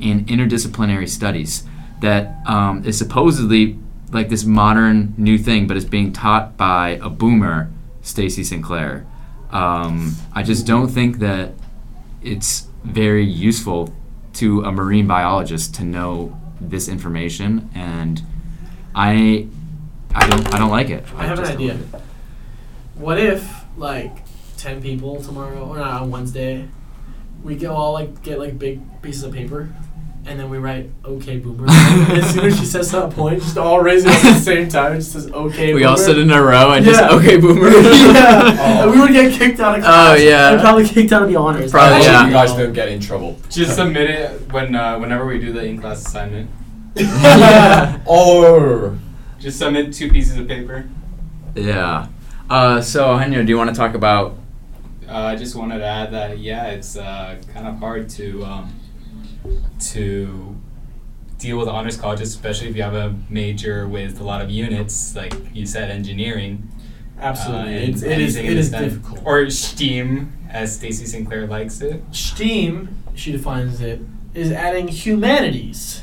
S2: in interdisciplinary studies that um, is supposedly like this modern new thing, but is being taught by a boomer, Stacy Sinclair. Um, I just don't think that it's very useful to a marine biologist to know this information and I I don't I don't like it.
S1: I have an
S2: just don't
S1: idea.
S2: like it.
S1: What if like ten people tomorrow or not on Wednesday, we go all like get like big pieces of paper, and then we write "Okay Boomer." And as soon as she says that point, just all raise it up at the same time. It just says
S8: oh,
S1: "Okay."
S2: We
S1: boomer.
S2: all sit in Oh. a row and just
S1: Yeah.
S2: okay boomer. Oh,
S1: yeah, and we would get kicked out of class.
S2: yeah.
S1: we'd probably kicked out of the honors.
S2: Uh, Probably,
S3: Actually,
S2: yeah.
S3: you guys don't get in trouble.
S8: Just submit it when uh, whenever we do the in-class assignment.
S3: Oh,
S8: Just submit two pieces of paper.
S2: yeah. Uh, so Henry, do you want to talk about
S8: Uh, I just wanted to add that yeah, it's uh, kind of hard to um, to deal with honors colleges, especially if you have a major with a lot of units, like you said, engineering. uh,
S1: Absolutely,
S8: and
S1: it's, it is.
S8: anything
S1: It is
S8: done-
S1: difficult.
S8: Or STEAM, as Stacy Sinclair likes it.
S1: STEAM, she defines it, is adding humanities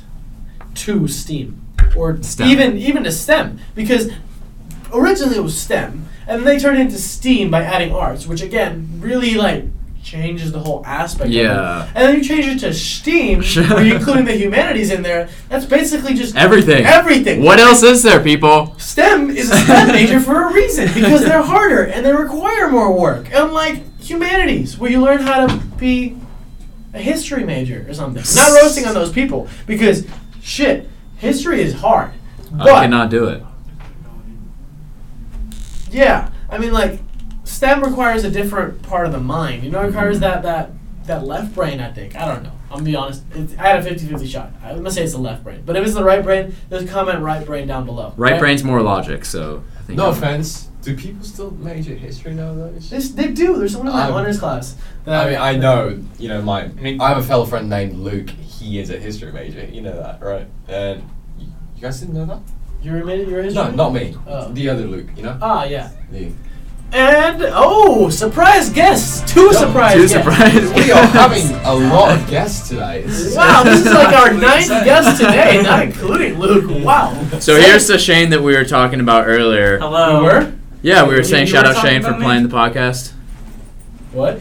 S1: to STEAM or
S2: STEM.
S1: even even to STEM because originally it was STEM and they turned it into STEAM by adding arts, which again really like changes the whole aspect.
S2: Yeah.
S1: Of it. And then you change it to STEAM, where you're including the humanities in there. That's basically just
S2: everything?
S1: Everything.
S2: What else is there, people?
S1: STEM is a STEM major for a reason because they're harder and they require more work. Unlike humanities, where you learn how to be a history major or something. Not roasting on those people because shit, history is hard. But
S2: I cannot do it.
S1: yeah, I mean like STEM requires a different part of the mind. You know, it requires that that that left brain. I think I don't know. I'm gonna be honest. It's, I had a 50-50 shot. I'm gonna say it's the left brain, but if it's the right brain, there's comment right brain down below.
S2: Right brain's more logic, so I think
S3: no
S2: I'm-
S3: offense. Do people still major history nowadays?
S1: This, they do. There's someone in my
S3: Um,
S1: honors class.
S3: I mean, I know, you know, my, I,
S8: mean-
S3: have a fellow friend named Luke. He is a history major. You know that, right? And you you guys didn't know that?
S1: You remade your history?
S3: No, not me.
S1: Oh.
S3: The other Luke, you know?
S1: Ah, yeah.
S3: The-
S1: And oh, surprise guests! Two surprise
S2: Too
S1: guests.
S2: surprised.
S3: we are having a lot of guests today. This is-
S1: Wow, this is like our
S3: Really
S1: ninth
S3: exciting.
S1: guest today, not including Luke. Wow.
S2: So here's the Shane that we were talking about earlier.
S7: Hello.
S1: You were?
S2: Yeah, we were
S7: You-
S2: saying
S7: you
S2: shout
S7: were
S2: out
S7: talking
S2: Shane for
S7: about me?
S2: playing the podcast.
S1: What?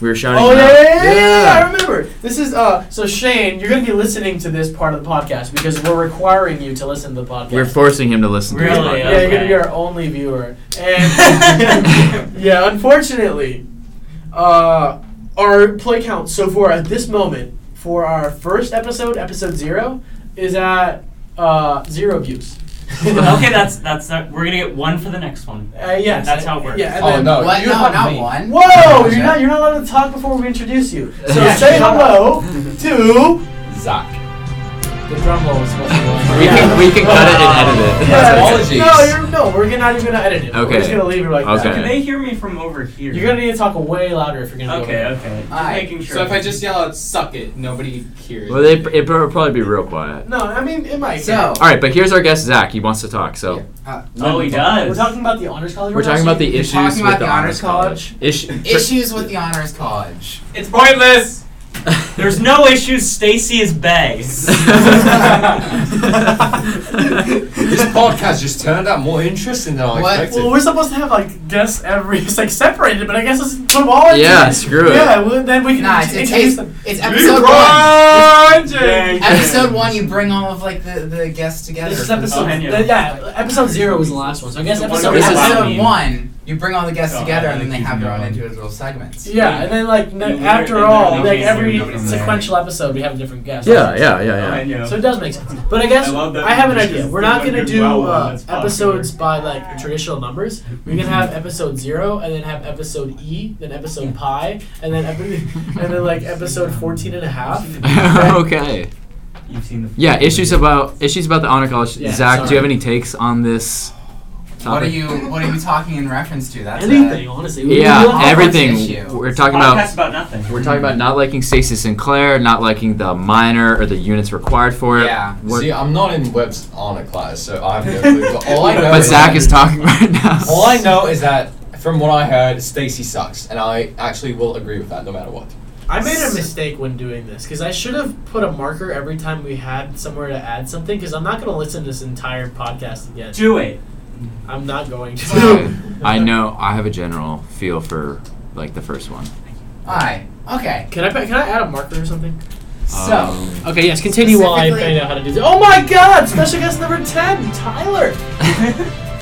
S2: We were shouting.
S1: Oh
S2: him
S1: yeah,
S2: out.
S1: yeah, yeah, yeah, yeah, I remember. This is uh. So Shane, you're gonna be listening to this part of the podcast because we're requiring you to listen to the podcast.
S2: We're forcing him to listen to
S7: Really?
S2: this
S1: yeah, you're gonna
S7: Okay.
S1: be our only viewer. And yeah, unfortunately, uh, our play count so far at this moment for our first episode, episode zero, is at uh, zero views.
S7: okay, that's that's not, we're gonna get one for the next one.
S1: Uh, yes.
S7: That's how it works.
S1: Yeah. And
S3: Oh
S1: then,
S3: no,
S9: What?
S3: you
S9: No,
S3: have
S9: not
S3: me.
S9: one.
S1: Whoa! You're not. You're not allowed to talk before we introduce you. So
S2: Yeah,
S1: say
S2: shut
S1: hello to
S3: Zach.
S1: the drum roll. Is supposed to go.
S2: We can we can cut it and edit it.
S1: Yeah,
S3: Apologies.
S1: no, you're, no, we're gonna- not even gonna edit it. We're
S2: Okay.
S1: just gonna leave it like that.
S2: Okay.
S7: Can they hear me from over here?
S1: You're gonna need to talk way louder if you're gonna. Go
S7: Okay, okay. Just
S9: Alright.
S7: making sure.
S8: So if I just yell out "suck it," nobody hears.
S2: Well, they, it would probably be real quiet.
S1: No, I mean it might.
S9: So,
S2: All right, but here's our guest Zach. He wants to talk. So
S7: oh, he
S1: we're
S7: does.
S1: talking about the honors college.
S2: we're talking about the
S9: You're
S2: issues
S9: talking about
S2: with
S9: the honors college?
S2: Ish-
S9: issues with the honors college.
S8: It's pointless.
S7: There's no issues. Stacy is bags.
S3: This podcast just turned out more interesting than I
S9: What?
S3: expected.
S1: Well, we're supposed to have like guests every it's like separated, but I guess let's put them all in.
S2: Yeah,
S1: there.
S2: screw it.
S1: Yeah, well, then we can
S9: Nah,
S1: just
S9: it's, it's,
S1: introduce them.
S9: it's episode one. Episode one, you bring all of like the, the guests together.
S1: This is episode.
S7: Oh, and you.
S1: yeah, episode zero was the last one, so I guess
S8: The one
S1: episode.
S8: we
S1: episode
S8: allowed.
S9: episode one You bring all the guests
S5: Oh,
S9: together,
S5: I
S9: and then they
S5: keep
S9: have their
S5: going.
S9: own individual segments.
S1: Yeah, and then like
S5: You
S1: n-
S5: learn-
S1: after
S5: and
S1: all,
S5: then
S1: like
S5: you
S1: every
S5: learn from there.
S1: sequential episode, we have a different guest.
S2: Yeah, yeah, yeah,
S5: I
S2: yeah.
S5: know.
S1: So it does make sense. But I guess
S5: I
S1: I,
S5: love that
S1: have an
S5: because
S1: idea. We're
S5: the
S1: not
S5: one
S1: gonna
S5: good
S1: do
S5: wow one
S1: uh,
S5: that's popular.
S1: episodes by like traditional numbers. We can have episode zero, and then have episode E, then episode pi, and then epi- and then like episode 14 and a half.
S2: okay.
S5: You've seen the.
S2: Yeah, issues about issues about the honor college.
S1: Yeah,
S2: Zach, do
S1: sorry.
S2: you have any takes on this? Topic?
S9: What are you What are you talking in reference to? That's uh,
S1: Anything, honestly. We- we
S2: Yeah,
S1: don't-
S2: everything.
S9: issue.
S2: We're talking about
S5: about nothing.
S2: we're talking about not liking Stacey Sinclair, not liking the minor or the units required for it.
S9: Yeah.
S2: We're-
S3: See, I'm not in Web's honor class, so I have no clue. But all I know
S2: but
S3: is
S2: Zach is talking right now.
S3: all I know is that from what I heard, Stacy sucks, and I actually will agree with that no matter what.
S1: I made a mistake when doing this because I should have put a marker every time we had somewhere to add something because I'm not gonna listen to this entire podcast again.
S5: Do it.
S1: I'm not going
S9: Wow.
S1: to.
S2: I know. I have a general feel for like the first one.
S9: Aye. Okay.
S1: Can I can I add a marker or something?
S9: So.
S2: Um,
S1: Okay, yes, continue while I
S9: Specifically-
S1: find out how to do this. Oh my god! Special guest number 10, Tyler!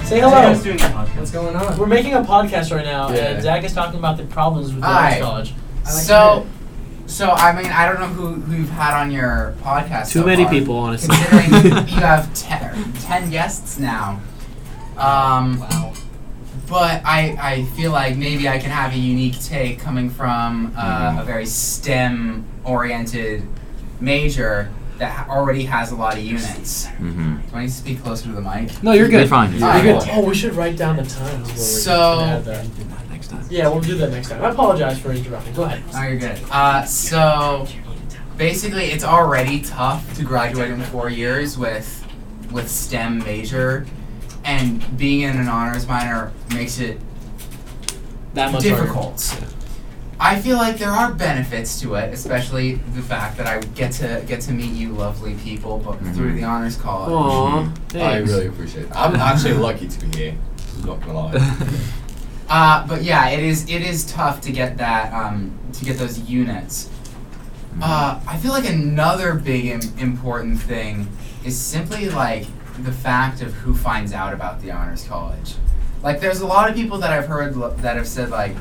S1: Say hello.
S9: What's going on?
S1: We're making a podcast right now,
S3: Yeah.
S1: and Zach is talking about the problems with
S9: Hi.
S1: Dutch college.
S9: so, so I mean, I don't know who, who you've had on your podcast. so far,
S1: honestly.
S9: Considering you have te- ten guests now. Um,
S1: Wow.
S9: But I, I feel like maybe I can have a unique take coming from uh, a very STEM oriented major that ha- already has a lot of units.
S2: hmm
S9: Do I need to speak closer to the mic?
S2: No, you're good. You're fine.
S9: All right,
S2: You're good.
S9: cool.
S1: Oh, we should write down the times. Where we're
S9: So-
S1: gonna add that.
S2: Next time.
S1: Yeah, we'll do that next time. I apologize for interrupting. Go ahead.
S9: Oh, you're good. Uh, so basically, it's already tough to graduate in four years with with STEM major, and being in an honors minor makes it
S1: That much harder.
S9: difficult. I feel like there are benefits to it, especially the fact that I get to get to meet you lovely people but through
S2: Mhm.
S9: the honors college.
S3: I really appreciate it. I'm actually lucky to be here. I'm not gonna lie.
S9: Uh, but yeah, it is it is tough to get that um, to get those units. Uh, I feel like another big Im- important thing is simply like the fact of who finds out about the honors college. Like, there's a lot of people that I've heard lo- that have said like,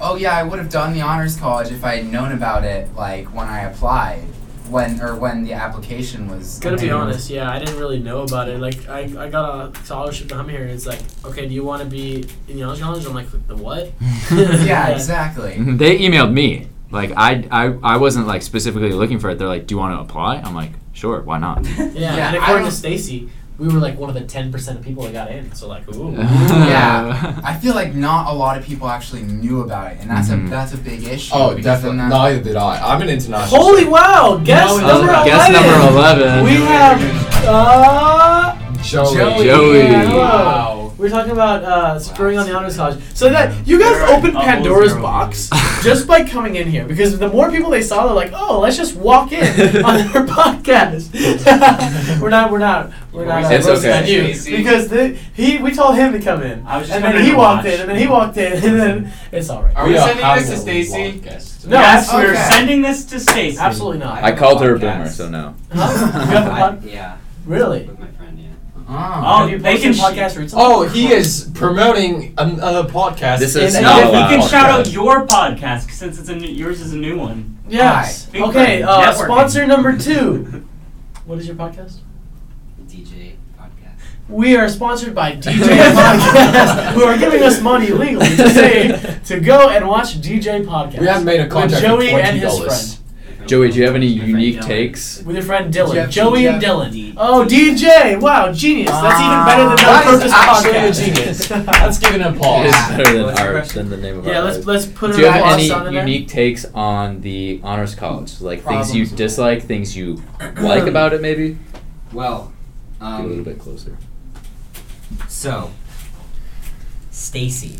S9: "Oh yeah, I would have done the honors college if I had known about it like when I applied, when or when the application was."
S1: Gotta be
S9: due."
S1: honest, yeah, I didn't really know about it. Like, I, I got a scholarship to come here, and it's like, okay, do you want to be in the honors college? I'm like, the what?
S9: Yeah, exactly.
S2: Mhm. They emailed me. Like I, I, I wasn't like specifically looking for it. They're like, "Do you want to apply?" I'm like, "Sure, why not?"
S1: Yeah,
S9: Yeah,
S1: and
S9: I
S1: according to
S9: don't-
S1: Stacy, we were like one of the ten percent of people that got in. So like, ooh,
S9: Yeah. I feel like not a lot of people actually knew about it, and that's
S2: Mhm.
S9: a that's a big issue.
S3: Mm-hmm. Oh,
S9: because
S3: definitely.
S9: then
S3: Neither did I. I'm an international.
S1: holy wow! Guess
S3: No, it
S1: number
S2: Uh,
S3: doesn't.
S2: guess
S1: eleven.
S2: number eleven.
S1: We have uh,
S3: Joey.
S9: Joey.
S2: Joey.
S1: Yeah, hello.
S3: Wow.
S1: we're talking about uh, spring on the honors college. So that you guys opened Pandora's box just by coming in here because the more people they saw, they're like, oh, let's just walk in on their podcast. we're not, we're not, we're not. uh,
S2: It's
S1: roasting
S2: okay.
S1: on you because the, he we told him to come in,
S5: I was just
S1: and
S5: coming
S1: then
S5: in
S1: he
S5: to
S1: walked
S5: watch.
S1: in, and then he walked in, and then it's all right.
S3: Are
S9: we
S3: are
S9: sending this
S3: having
S9: to
S3: a
S9: Stacy?
S3: lot of guests.
S1: No,
S5: yes,
S1: absolutely,
S5: we're
S9: okay.
S5: sending this to Stacy.
S1: absolutely not.
S2: I called her a boomer, so no.
S1: I-
S8: yeah,
S1: really?
S8: my friend. Yeah.
S9: Oh.
S5: Oh,
S1: Have you
S5: they can.
S1: posted
S5: Sh-
S1: podcast reads?
S3: Oh, he is promoting another podcast.
S2: This
S3: in
S2: is
S3: a
S5: no,
S2: not
S5: he
S3: different
S2: allowed.
S5: can
S3: podcast.
S5: shout out your podcast since it's a new, yours is a new one.
S1: Yes.
S5: Hi.
S1: Okay. Uh,
S5: Networking.
S1: sponsor number two. What is your podcast?
S8: DJ podcast.
S1: We are sponsored by DJ Podcast, who are giving us money legally to say to go and watch DJ Podcast.
S3: We have made a
S1: with
S3: contract
S1: Joey
S3: for
S1: and his
S3: $20.
S1: friend,
S2: Joey, do you have any unique takes?
S1: with your friend Dylan,
S3: Jeff-
S1: Joey and
S3: Jeff-
S1: Dylan. Oh, DJ! Wow, genius! That's even better than
S9: Ah,
S1: that
S3: That
S1: purpose
S3: is
S1: podcast.
S3: actually a genius. Let's give it an applause.
S2: It's better than
S8: What's your
S2: our-
S8: question?
S2: than the name of
S1: yeah,
S2: our
S1: let's
S2: life.
S1: let's put
S2: Do you
S1: an
S2: have
S1: applause
S2: any
S1: on in there.
S2: unique takes on the honors college? Like things
S9: Problems.
S2: you dislike, things you like about it, maybe?
S8: Well,
S2: Get a little
S8: um,
S2: bit closer.
S8: so Stacy,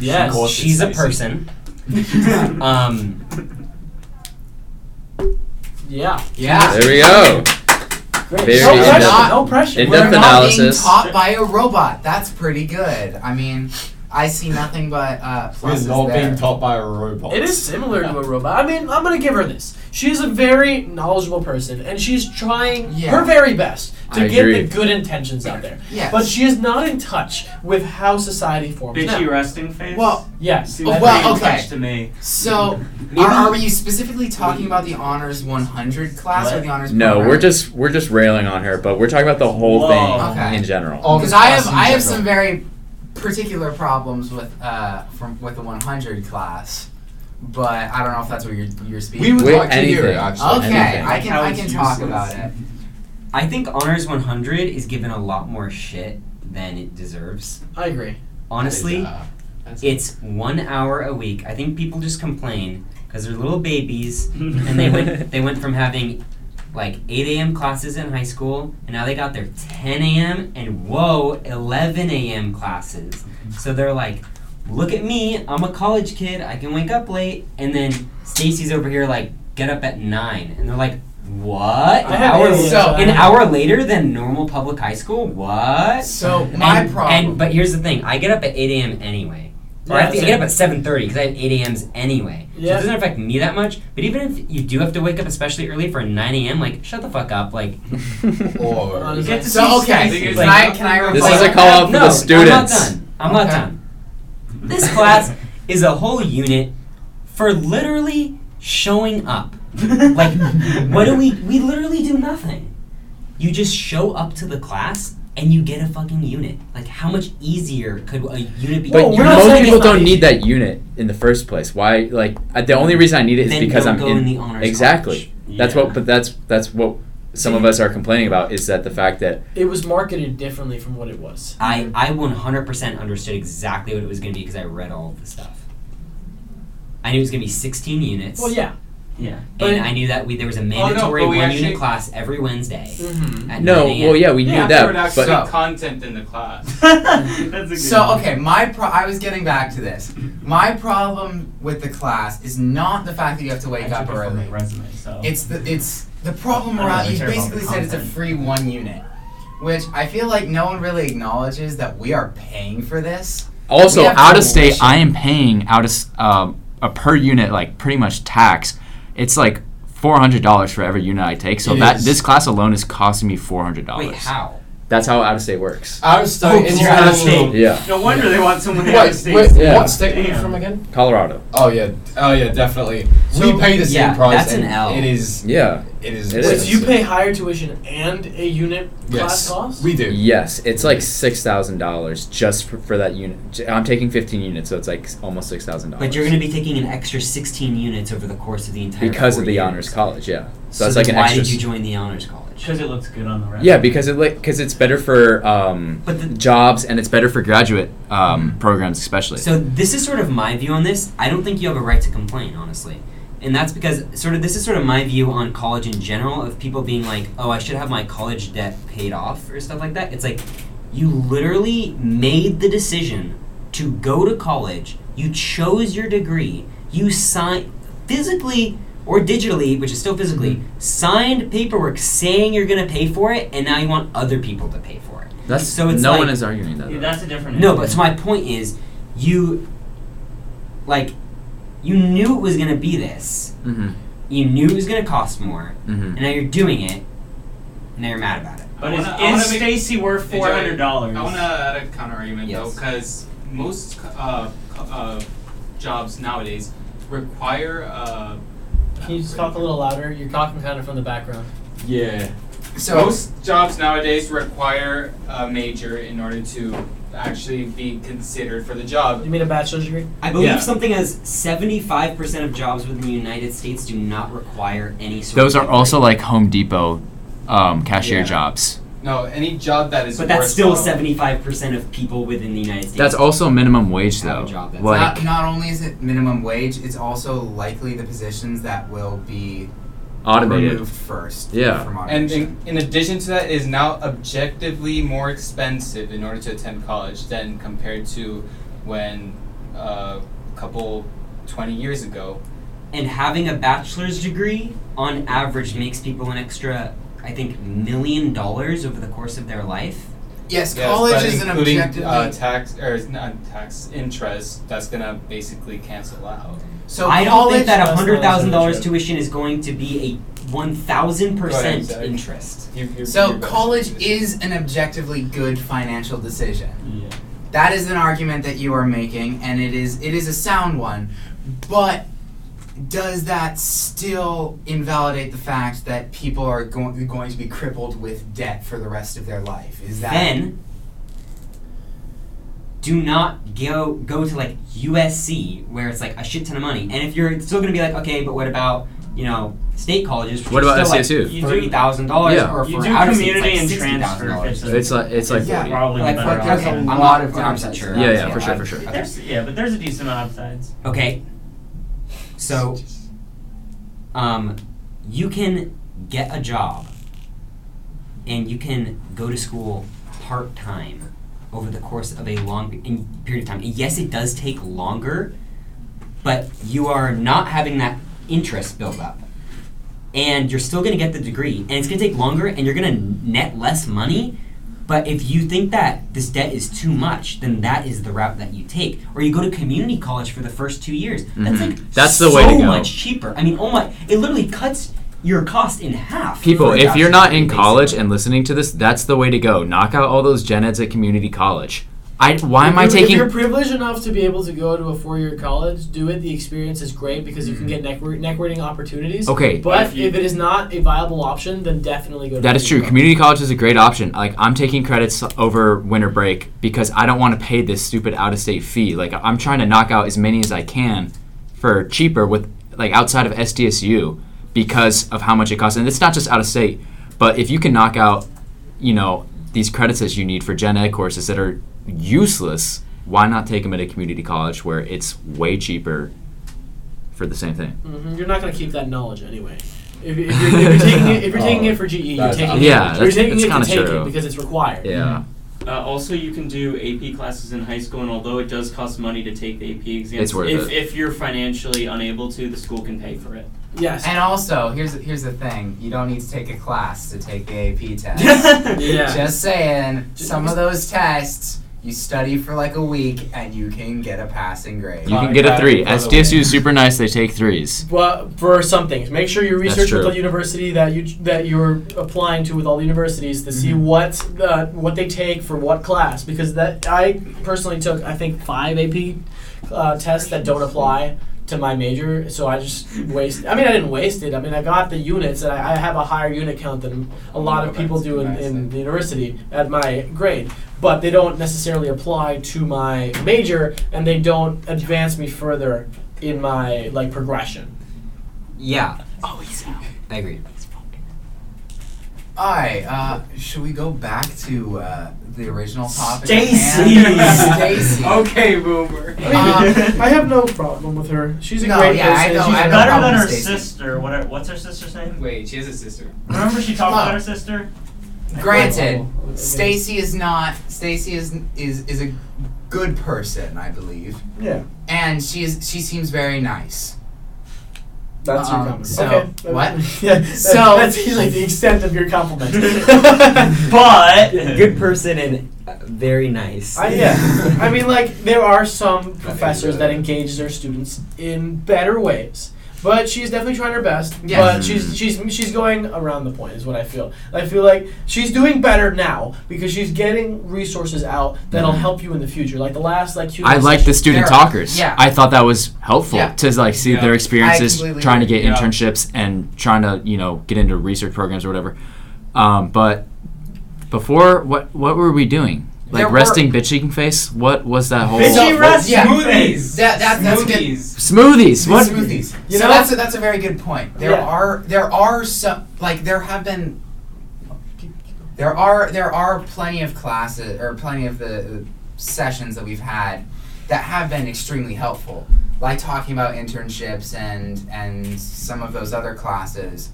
S1: Yes.
S3: Cool. What's it,
S8: she's a
S3: Stacy?
S8: person. um,
S1: Yeah.
S9: Yeah.
S2: There we go.
S1: Great.
S2: Very
S1: no pressure.
S9: in-depth-
S1: No pressure.
S2: in-depth
S9: We're not being
S2: analysis.
S9: taught by a robot. That's pretty good. I mean, I see nothing but uh,
S3: We're
S9: pluses
S3: not
S9: there.
S3: being taught by a robot.
S1: It is similar to a robot. I mean, I'm gonna give her this. She's a very knowledgeable person, and she's trying
S9: Yeah.
S1: her very best to
S2: I
S1: get
S2: agree.
S1: the good intentions out there.
S9: Yes.
S1: But she is not in touch with how society forms.
S10: Bitchy
S1: now.
S10: resting face.
S9: Well,
S1: Yes.
S10: See,
S9: Oh,
S10: that's
S9: well,
S10: not even
S9: okay.
S10: touch to me.
S9: so are, are we specifically talking about the honors 100 class or the honors?
S2: No,
S9: program?
S2: we're just we're just railing on her, but we're talking about the whole
S10: Whoa.
S2: thing
S9: Okay.
S2: in general.
S11: Oh,
S3: All
S9: because
S3: this
S9: I have
S3: class in
S9: I have
S3: general.
S9: some very particular problems with uh from with the 100 class, but I don't know if that's what you're you're
S3: We
S9: speaking.
S3: would
S2: With
S3: like to hear
S2: anything.
S3: it, actually.
S9: okay,
S2: anything.
S9: I can
S10: How
S9: I
S10: it's
S9: can talk
S10: useless.
S9: about it.
S11: I think Honors 100 is given a lot more shit than it deserves.
S1: I agree.
S11: Honestly,
S3: Uh,
S11: it's one hour a week. I think people just complain because they're little babies, and they went they went from having like 8 a.m. classes in high school, and now they got their 10 a.m. and whoa 11 a.m. classes. So they're like, look at me, I'm a college kid, I can wake up late, and then Stacy's over here like get up at nine, and they're like. What? An
S1: I have
S11: hour,
S1: aliens,
S11: so,
S1: I
S11: an
S1: know.
S11: hour later than normal public high school? What?
S9: So my
S11: and,
S9: problem.
S11: And but here's the thing: I get up at 8 a.m. anyway. Or I, have to, I get up at 7:30 because I have 8 a.m.s anyway. So
S1: Yeah.
S11: it doesn't affect me that much. But even if you do have to wake up especially early for a 9 a.m., like shut the fuck up. Like
S3: or
S1: Honestly.
S10: You get to
S9: so
S10: see
S9: okay,
S10: Stacy.
S9: can I can I
S2: This
S9: reply
S2: is a
S9: to
S2: call
S9: that?
S2: out for
S11: no,
S2: the students.
S11: I'm not done. I'm not
S9: Okay.
S11: done. This class is a whole unit for literally showing up. Like, what do we? We literally do nothing. You just show up to the class and you get a fucking unit. Like, how much easier could a unit be?
S2: But
S1: Whoa,
S2: you-
S1: we're not
S2: most
S1: saying
S2: people
S1: it's not
S2: don't need that unit in the first place. Why? Like I, the only reason I need it is
S11: Then
S2: because
S11: don't
S2: I'm
S11: go in the honors
S2: exactly. That's
S11: Yeah.
S2: what. But that's that's what some of us are complaining about is that the fact that
S1: It was marketed differently from what it was.
S11: I I 100% understood exactly what it was going to be because I read all of the stuff. I knew it was going to be 16 units.
S1: Well, yeah.
S10: Yeah.
S1: but-
S11: And I knew that we there was a
S10: Oh, no,
S11: mandatory
S10: but
S11: one
S10: we
S11: unit
S10: actually-
S11: class every Wednesday.
S1: Mm-hmm.
S11: At
S2: no.
S11: 9 a.m.
S2: Well, yeah, we
S10: Yeah,
S2: knew
S10: there would
S2: that,
S10: actually
S2: but
S10: be content in the class. That's a good
S9: So
S10: one.
S9: okay, my pro- I was getting back to this. My problem with the class is not the fact that you have to wake
S10: I
S9: up
S10: took it from
S9: early.
S10: my resume, so.
S9: It's the it's the problem
S10: I don't
S9: around
S10: really
S9: you
S10: care about
S9: basically
S10: the
S9: said it's a
S10: content.
S9: free one unit. Which I feel like no one really acknowledges that we are paying for this.
S2: also
S9: We have
S2: out of
S9: to-
S2: state, I am paying out of s- um, a per unit like pretty much tax. It's like four hundred dollars for every unit I take. So
S3: It
S2: that
S3: is.
S2: this class alone is costing me four hundred
S11: Wait,
S2: dollars.
S11: how?
S2: That's how out of state works.
S3: I was studying
S9: Oh,
S3: in
S9: you're out of
S3: Seattle.
S10: state.
S2: Yeah,
S10: No wonder they want someone out of
S3: Wait,
S10: state.
S3: wait,
S2: Yeah.
S3: what state are you
S10: Damn.
S3: from again?
S2: Colorado.
S3: Oh yeah, oh yeah, definitely.
S11: So-
S3: we pay the same
S11: yeah,
S3: price.
S11: that's an
S3: and
S11: L.
S3: It is.
S2: Yeah.
S3: It is.
S2: It
S1: Wait,
S2: is.
S1: do you pay higher tuition and a unit class
S3: Yes,
S1: cost?
S3: we do.
S2: Yes, it's like six thousand dollars just for, for that unit. J- I'm taking fifteen units, so it's like s- almost six thousand dollars.
S11: But you're going to be taking an extra 16 units over the course of the entire
S2: because
S11: four
S2: of the
S11: years.
S2: honors college, yeah. So,
S11: So,
S2: that's like
S11: then
S2: an
S11: why
S2: extra.
S11: did you
S2: s-
S11: join the honors college?
S10: Because it looks good on the resume.
S2: yeah, because it like because it's better for um,
S11: But the-
S2: jobs and it's better for graduate um, programs especially.
S11: So this is sort of my view on this. I don't think you have a right to complain, honestly. And that's because sort of this is sort of my view on college in general of people being like, "Oh, I should have my college debt paid off" or stuff like that. It's like you literally made the decision to go to college. You chose your degree. You signed physically or digitally, which is still physically, signed paperwork saying you're going to pay for it and now you want other people to pay for it.
S2: that's
S11: so it's
S2: no
S11: like-
S2: one is arguing that.
S10: Yeah,
S2: though.
S10: that's a different.
S11: No, but so my point is, you, like, you knew it was gonna be this.
S2: Mhm,
S11: You knew it was gonna cost more,
S2: mhm.
S11: and now you're doing it, and now you're mad about it.
S10: But
S8: I
S10: is,
S8: wanna- I wanna
S10: is
S8: make-
S10: Stacy worth
S8: Enjoy.
S10: four hundred dollars?
S8: I want to add a counter argument though,
S11: Yes.
S8: because most uh, co- uh, jobs nowadays require. Uh,
S1: Can you just talk a little louder? You're talking kind of from the background.
S3: Yeah.
S9: So
S8: most jobs nowadays require a major in order to actually be considered for the job.
S1: You mean a bachelor's degree?
S11: I believe
S8: Yeah.
S11: something as 75% of jobs within the United States do not require any sort
S2: Those
S11: of
S2: are also
S11: degree.
S2: like Home Depot um, cashier
S8: Yeah.
S2: jobs.
S8: No, any job that is.
S11: But that's still
S8: worthwhile.
S11: 75% of people within the United States.
S2: That's also minimum wage
S11: Have a
S2: though.
S11: job that's
S2: like
S9: not, not only is it minimum wage, it's also likely the positions that will be
S2: automated.
S9: removed first.
S2: Yeah.
S9: From
S8: And
S9: automation.
S8: in, in addition to that, it is now objectively more expensive in order to attend college than compared to when uh, a couple 20 years ago.
S11: and having a bachelor's degree on average makes people an extra i think million dollars over the course of their life
S9: Yes, college
S8: but
S9: is an
S8: including,
S9: objectively-
S8: uh, tax or not tax interest. That's gonna basically cancel out.
S9: So
S11: I don't think that
S9: college-
S11: hundred thousand dollars tuition is going to be a one thousand
S8: Right,
S11: percent
S8: exactly.
S11: interest.
S8: You- you-
S9: So
S8: you're better.
S9: college is an objectively good financial decision.
S8: Yeah.
S9: That is an argument that you are making, and it is it is a sound one. But does that still invalidate the fact that people are go- going to be crippled with debt for the rest of their life? Is that
S11: Then do not go go to like USC where it's like a shit ton of money. And if you're still gonna be like, okay, but what about you know state colleges? Which
S2: What
S11: are
S2: about
S11: still,
S2: SASU?
S11: Like,
S2: You
S10: do-
S11: Thirty thousand dollars
S2: Yeah.
S11: or
S10: You
S11: for
S10: do
S11: out of state,
S10: community and
S11: it's like
S10: transfer
S11: $60,000.
S10: fishing.
S2: It's like it's like
S9: Yeah.
S2: forty.
S10: probably
S11: Like,
S10: better
S11: for-
S10: off.
S11: okay,
S9: a
S11: I'm
S9: lot
S11: not
S9: of
S11: 100%
S9: downsides.
S11: sure.
S2: Yeah, yeah,
S11: I'm-
S2: for sure,
S11: I'm-
S2: for sure.
S10: There's, yeah, but there's a decent amount of sides.
S11: Okay. So, um, you can get a job and you can go to school part time over the course of a long pe- in- period of time. And yes, it does take longer, but you are not having that interest build up. And you're still going to get the degree, and it's going to take longer, and you're going to net less money. But if you think that this debt is too much, then that is the route that you take. Or you go to community college for the first two years. That's
S2: Mhm.
S11: like
S2: That's
S11: so
S2: the way to go.
S11: much cheaper. I mean, oh my! It literally cuts your cost in half.
S2: People,
S11: for a
S2: if you're not in
S11: bachelor's degree,
S2: college
S11: basically.
S2: and listening to this, that's the way to go. Knock out all those gen eds at community college. I why am I
S1: If you- If
S2: taking
S1: you're privileged enough to be able to go to a four-year college, do it. The experience is great because you can get network, networking opportunities.
S2: Mm-hmm. Okay.
S1: But
S10: If
S1: if,
S10: you-
S1: it is not a viable option, then definitely go. to E
S2: That is true. Community college is a great option. Like I'm taking credits over winter break because I don't want to pay this stupid out-of-state fee. Like I'm trying to knock out as many as I can for cheaper with like outside of SDSU because of how much it costs. And it's not just out of state, but if you can knock out, you know, these credits that you need for gen ed courses that are useless, why not take them at a community college where it's way cheaper for the same thing?
S1: hmm You're not going to keep that knowledge anyway. If, if, you're, if you're taking it, if you're taking it for GE, you're
S3: That's-
S1: taking it.
S2: Yeah,
S1: you're
S2: that's-
S1: taking
S2: that's
S1: it to
S2: kinda
S1: take
S2: true.
S1: it because it's required.
S2: Yeah.
S10: Uh, also, you can do AP classes in high school, and although it does cost money to take the AP exams,
S2: It's worth
S10: if,
S2: it.
S10: if you're financially unable to, the school can pay for it.
S1: Yes.
S9: And also, here's here's the thing: you don't need to take a class to take the AP test.
S1: Yeah.
S9: Just saying, some of those tests you study for like a week and you can get a passing grade.
S2: You
S5: Connor
S2: can get a three.
S5: Bradley for the
S2: SDSU
S5: win.
S2: is super nice. They take threes.
S1: Well, for some things, make sure you
S2: That's
S1: research with
S2: true.
S1: the university that you that you're applying to with all the universities to see what the, what they take for what class. Because that I personally took, I think five AP uh, tests that don't apply to my major, so I just waste. I mean, I didn't waste it. I mean, I got the units, and I, I have a higher unit count than a lot of people do in, in the university at my grade. But they don't necessarily apply to my major, and they don't advance me further in my like progression.
S11: yeah. Oh, he's out. I agree.
S9: All right, uh, should we go back to uh, the original topic? at
S7: Stacy!
S9: hand? Stacy.
S10: okay, boomer.
S9: Um,
S1: I have no problem with her. She's a
S9: No,
S1: great
S9: yeah, I
S1: person.
S9: know,
S1: She's
S9: I
S1: a-
S9: know.
S10: Better
S9: problem,
S10: than her
S9: Stacey.
S10: sister. What? Are, what's her sister's name?
S8: Wait, she has a sister.
S10: Remember she talked about her sister?
S9: Granted,
S1: Okay.
S9: Stacy is not. Stacy is is is a good person, I believe,
S1: Yeah,
S9: and she is. She seems very nice.
S1: that's
S9: Um,
S1: your compliment.
S9: so-
S1: okay.
S9: what?
S1: yeah,
S9: So-
S1: so that's usually the extent of your compliment.
S10: But
S11: Good person and uh, very nice.
S1: I, yeah, I mean, like there are some professors that engage their students in better ways. But she's definitely trying her best.
S9: Yes.
S1: But she's she's she's going around the point is what I feel. I feel like she's doing better now because she's getting resources out that'll
S10: Mm-hmm.
S1: help you in the future. Like the last like Q&A
S2: I like the
S1: session-
S2: student
S9: There are-
S2: talkers.
S9: yeah.
S2: I thought that was helpful
S9: Yeah.
S2: to like see
S8: Yeah.
S2: their
S9: I
S2: experiences
S9: completely
S2: trying to get
S8: agree. Yeah.
S2: internships and trying to, you know, get into research programs or whatever. Um, but before what what were we doing? Like
S9: There were-
S2: resting bitching face? What was that whole
S10: Bitchy
S9: So-
S10: rest
S9: yeah.
S10: smoothies.
S9: That, that that's a good.
S10: smoothies.
S2: smoothies? What
S9: smoothies.
S1: You
S9: so
S1: know-
S9: that's a, that's a very good point. There
S1: Yeah.
S9: are there are some like there have been there are there are plenty of classes or plenty of the uh, sessions that we've had that have been extremely helpful, like talking about internships and and some of those other classes.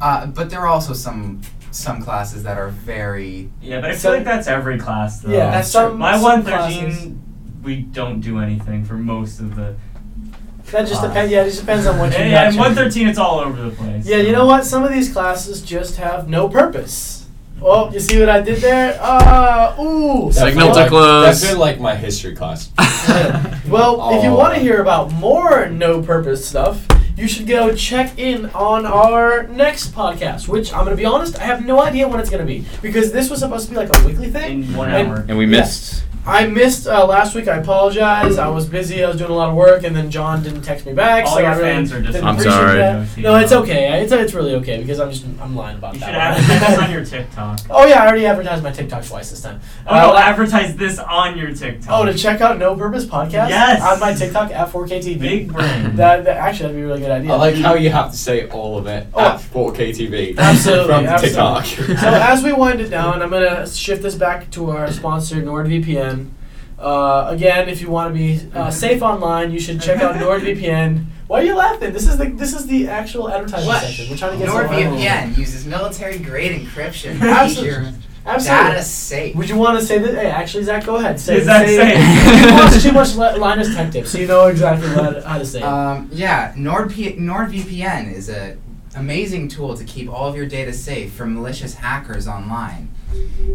S9: Uh, but there are also some some classes that are very
S10: Yeah, but I feel
S1: So-
S10: like that's every class though.
S1: Yeah,
S9: That's
S1: some,
S9: true.
S10: My
S1: some
S10: one
S1: classes.
S10: thirteen, we don't do anything for most of the.
S1: That just
S10: Wow.
S1: depends. Yeah, it just depends on what you.
S10: And,
S1: got
S10: and
S1: you.
S10: one thirteen, it's all over the place.
S1: Yeah, you know what? Some of these classes just have no purpose.
S12: Oh, you see what I did there? Ah, ooh.
S3: Signal to close.
S5: That's been like my history class.
S12: Well, if you
S5: Oh.
S12: want to hear about more no purpose stuff, you should go check in on our next podcast, which I'm going to be honest, I have no idea when it's going to be because this was supposed to be like a weekly thing.
S10: in one
S12: And-
S10: hour.
S3: And we missed.
S12: I missed uh, last week. I apologize. I was busy. I was doing a lot of work, and then John didn't text me back.
S10: All
S12: so
S10: your
S12: I really
S10: fans are just-
S12: didn't
S3: I'm
S12: appreciate
S3: sorry.
S12: that. No, it's okay. It's, it's really okay because I'm just I'm lying about
S10: You should
S12: that.
S10: advertise on your TikTok.
S12: oh yeah, I already advertised my TikTok twice this time. Uh,
S10: Oh no, advertise this on your TikTok.
S12: Oh, to check out No Purpose Podcast?
S10: Yes.
S12: On my TikTok at 4KTV.
S10: Big brain.
S12: That, that- actually, that'd be a really good idea.
S5: I like how you have to say all of it
S12: Oh.
S5: at 4K TV
S12: Absolutely,
S5: from
S12: absolutely.
S5: TikTok.
S12: so, as we wind it down, I'm going to shift this back to our sponsor, NordVPN. Uh, again, if you want to be uh, safe online, you should check out NordVPN. Why are you laughing? This is the this is the actual advertising
S9: What?
S12: section. We're trying to get someone-
S9: NordVPN uses military-grade encryption to keep
S12: Absolutely.
S9: your data
S12: Absolutely.
S9: safe.
S12: Would you want to say that? Hey, actually, Zach, go ahead. Say,
S10: Is that
S12: say,
S10: safe?
S12: you watch too much Li- Linus Tech Tips, so you know exactly what, how to say it.
S9: Um, yeah, NordP- NordVPN is a amazing tool to keep all of your data safe from malicious hackers online.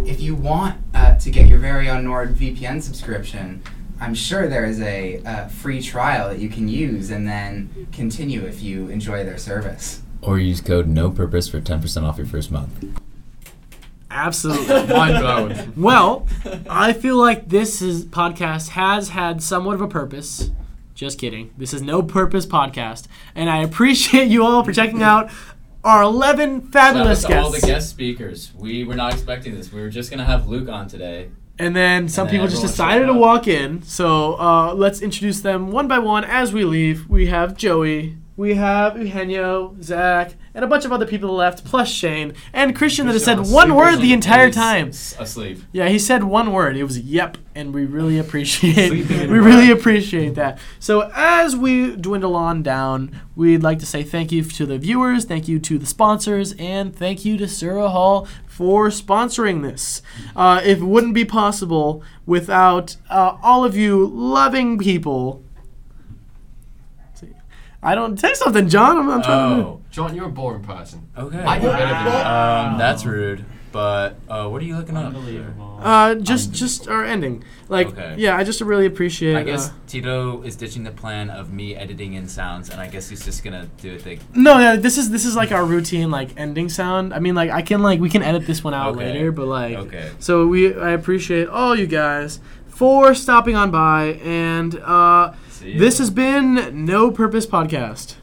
S9: If you want uh, to get your very own NordVPN subscription, I'm sure there is a uh, free trial that you can use and then continue if you enjoy their service.
S2: Or use code no purpose for 10% off your first month.
S1: Absolutely. well, I feel like this is, podcast has had somewhat of a purpose. Just kidding. This is no purpose podcast, and I appreciate you all for checking out our eleven fabulous
S2: Shout out to all
S1: guests.
S2: the guest speakers. We were not expecting this. We were just going to have Luke on today.
S1: And then some
S2: then
S1: people just
S2: everyone
S1: decided
S2: showed
S1: to
S2: up.
S1: walk in. So uh, let's introduce them one by one as we leave. We have Joey, we have Eugenio, Zach, and a bunch of other people left, plus Shane and Christian that has said
S2: Christian
S1: one
S2: was
S1: word
S2: sleepers
S1: the
S2: on-
S1: entire
S2: he's
S1: time.
S2: Asleep.
S1: Yeah, he said one word. It was yep, and we really appreciate
S2: Sleeping in
S1: we
S2: the
S1: really appreciate that. So as we dwindle on down, we'd like to say thank you to the viewers, thank you to the sponsors, and thank you to Sarah Hall for sponsoring this. Uh, it wouldn't be possible without uh, all of you loving people. I don't say something, John. I'm, I'm trying to.
S2: Oh,
S5: John, you're a boring person.
S2: okay.
S5: I do better than uh, that.
S2: Um, that's rude. But uh, what are you looking up?
S10: Unbelievable.
S1: Uh, just, just our ending. Like,
S2: Okay.
S1: yeah, I just really appreciate.
S2: I guess
S1: uh,
S2: Tito is ditching the plan of me editing in sounds, and I guess he's just gonna do a thing.
S1: No, no, this is this is like our routine like ending sound. I mean like I can like we can edit this one out
S2: Okay.
S1: later, but like
S2: Okay.
S1: so we I appreciate all you guys for stopping on by and uh
S2: See ya.
S1: this has been No Purpose Podcast.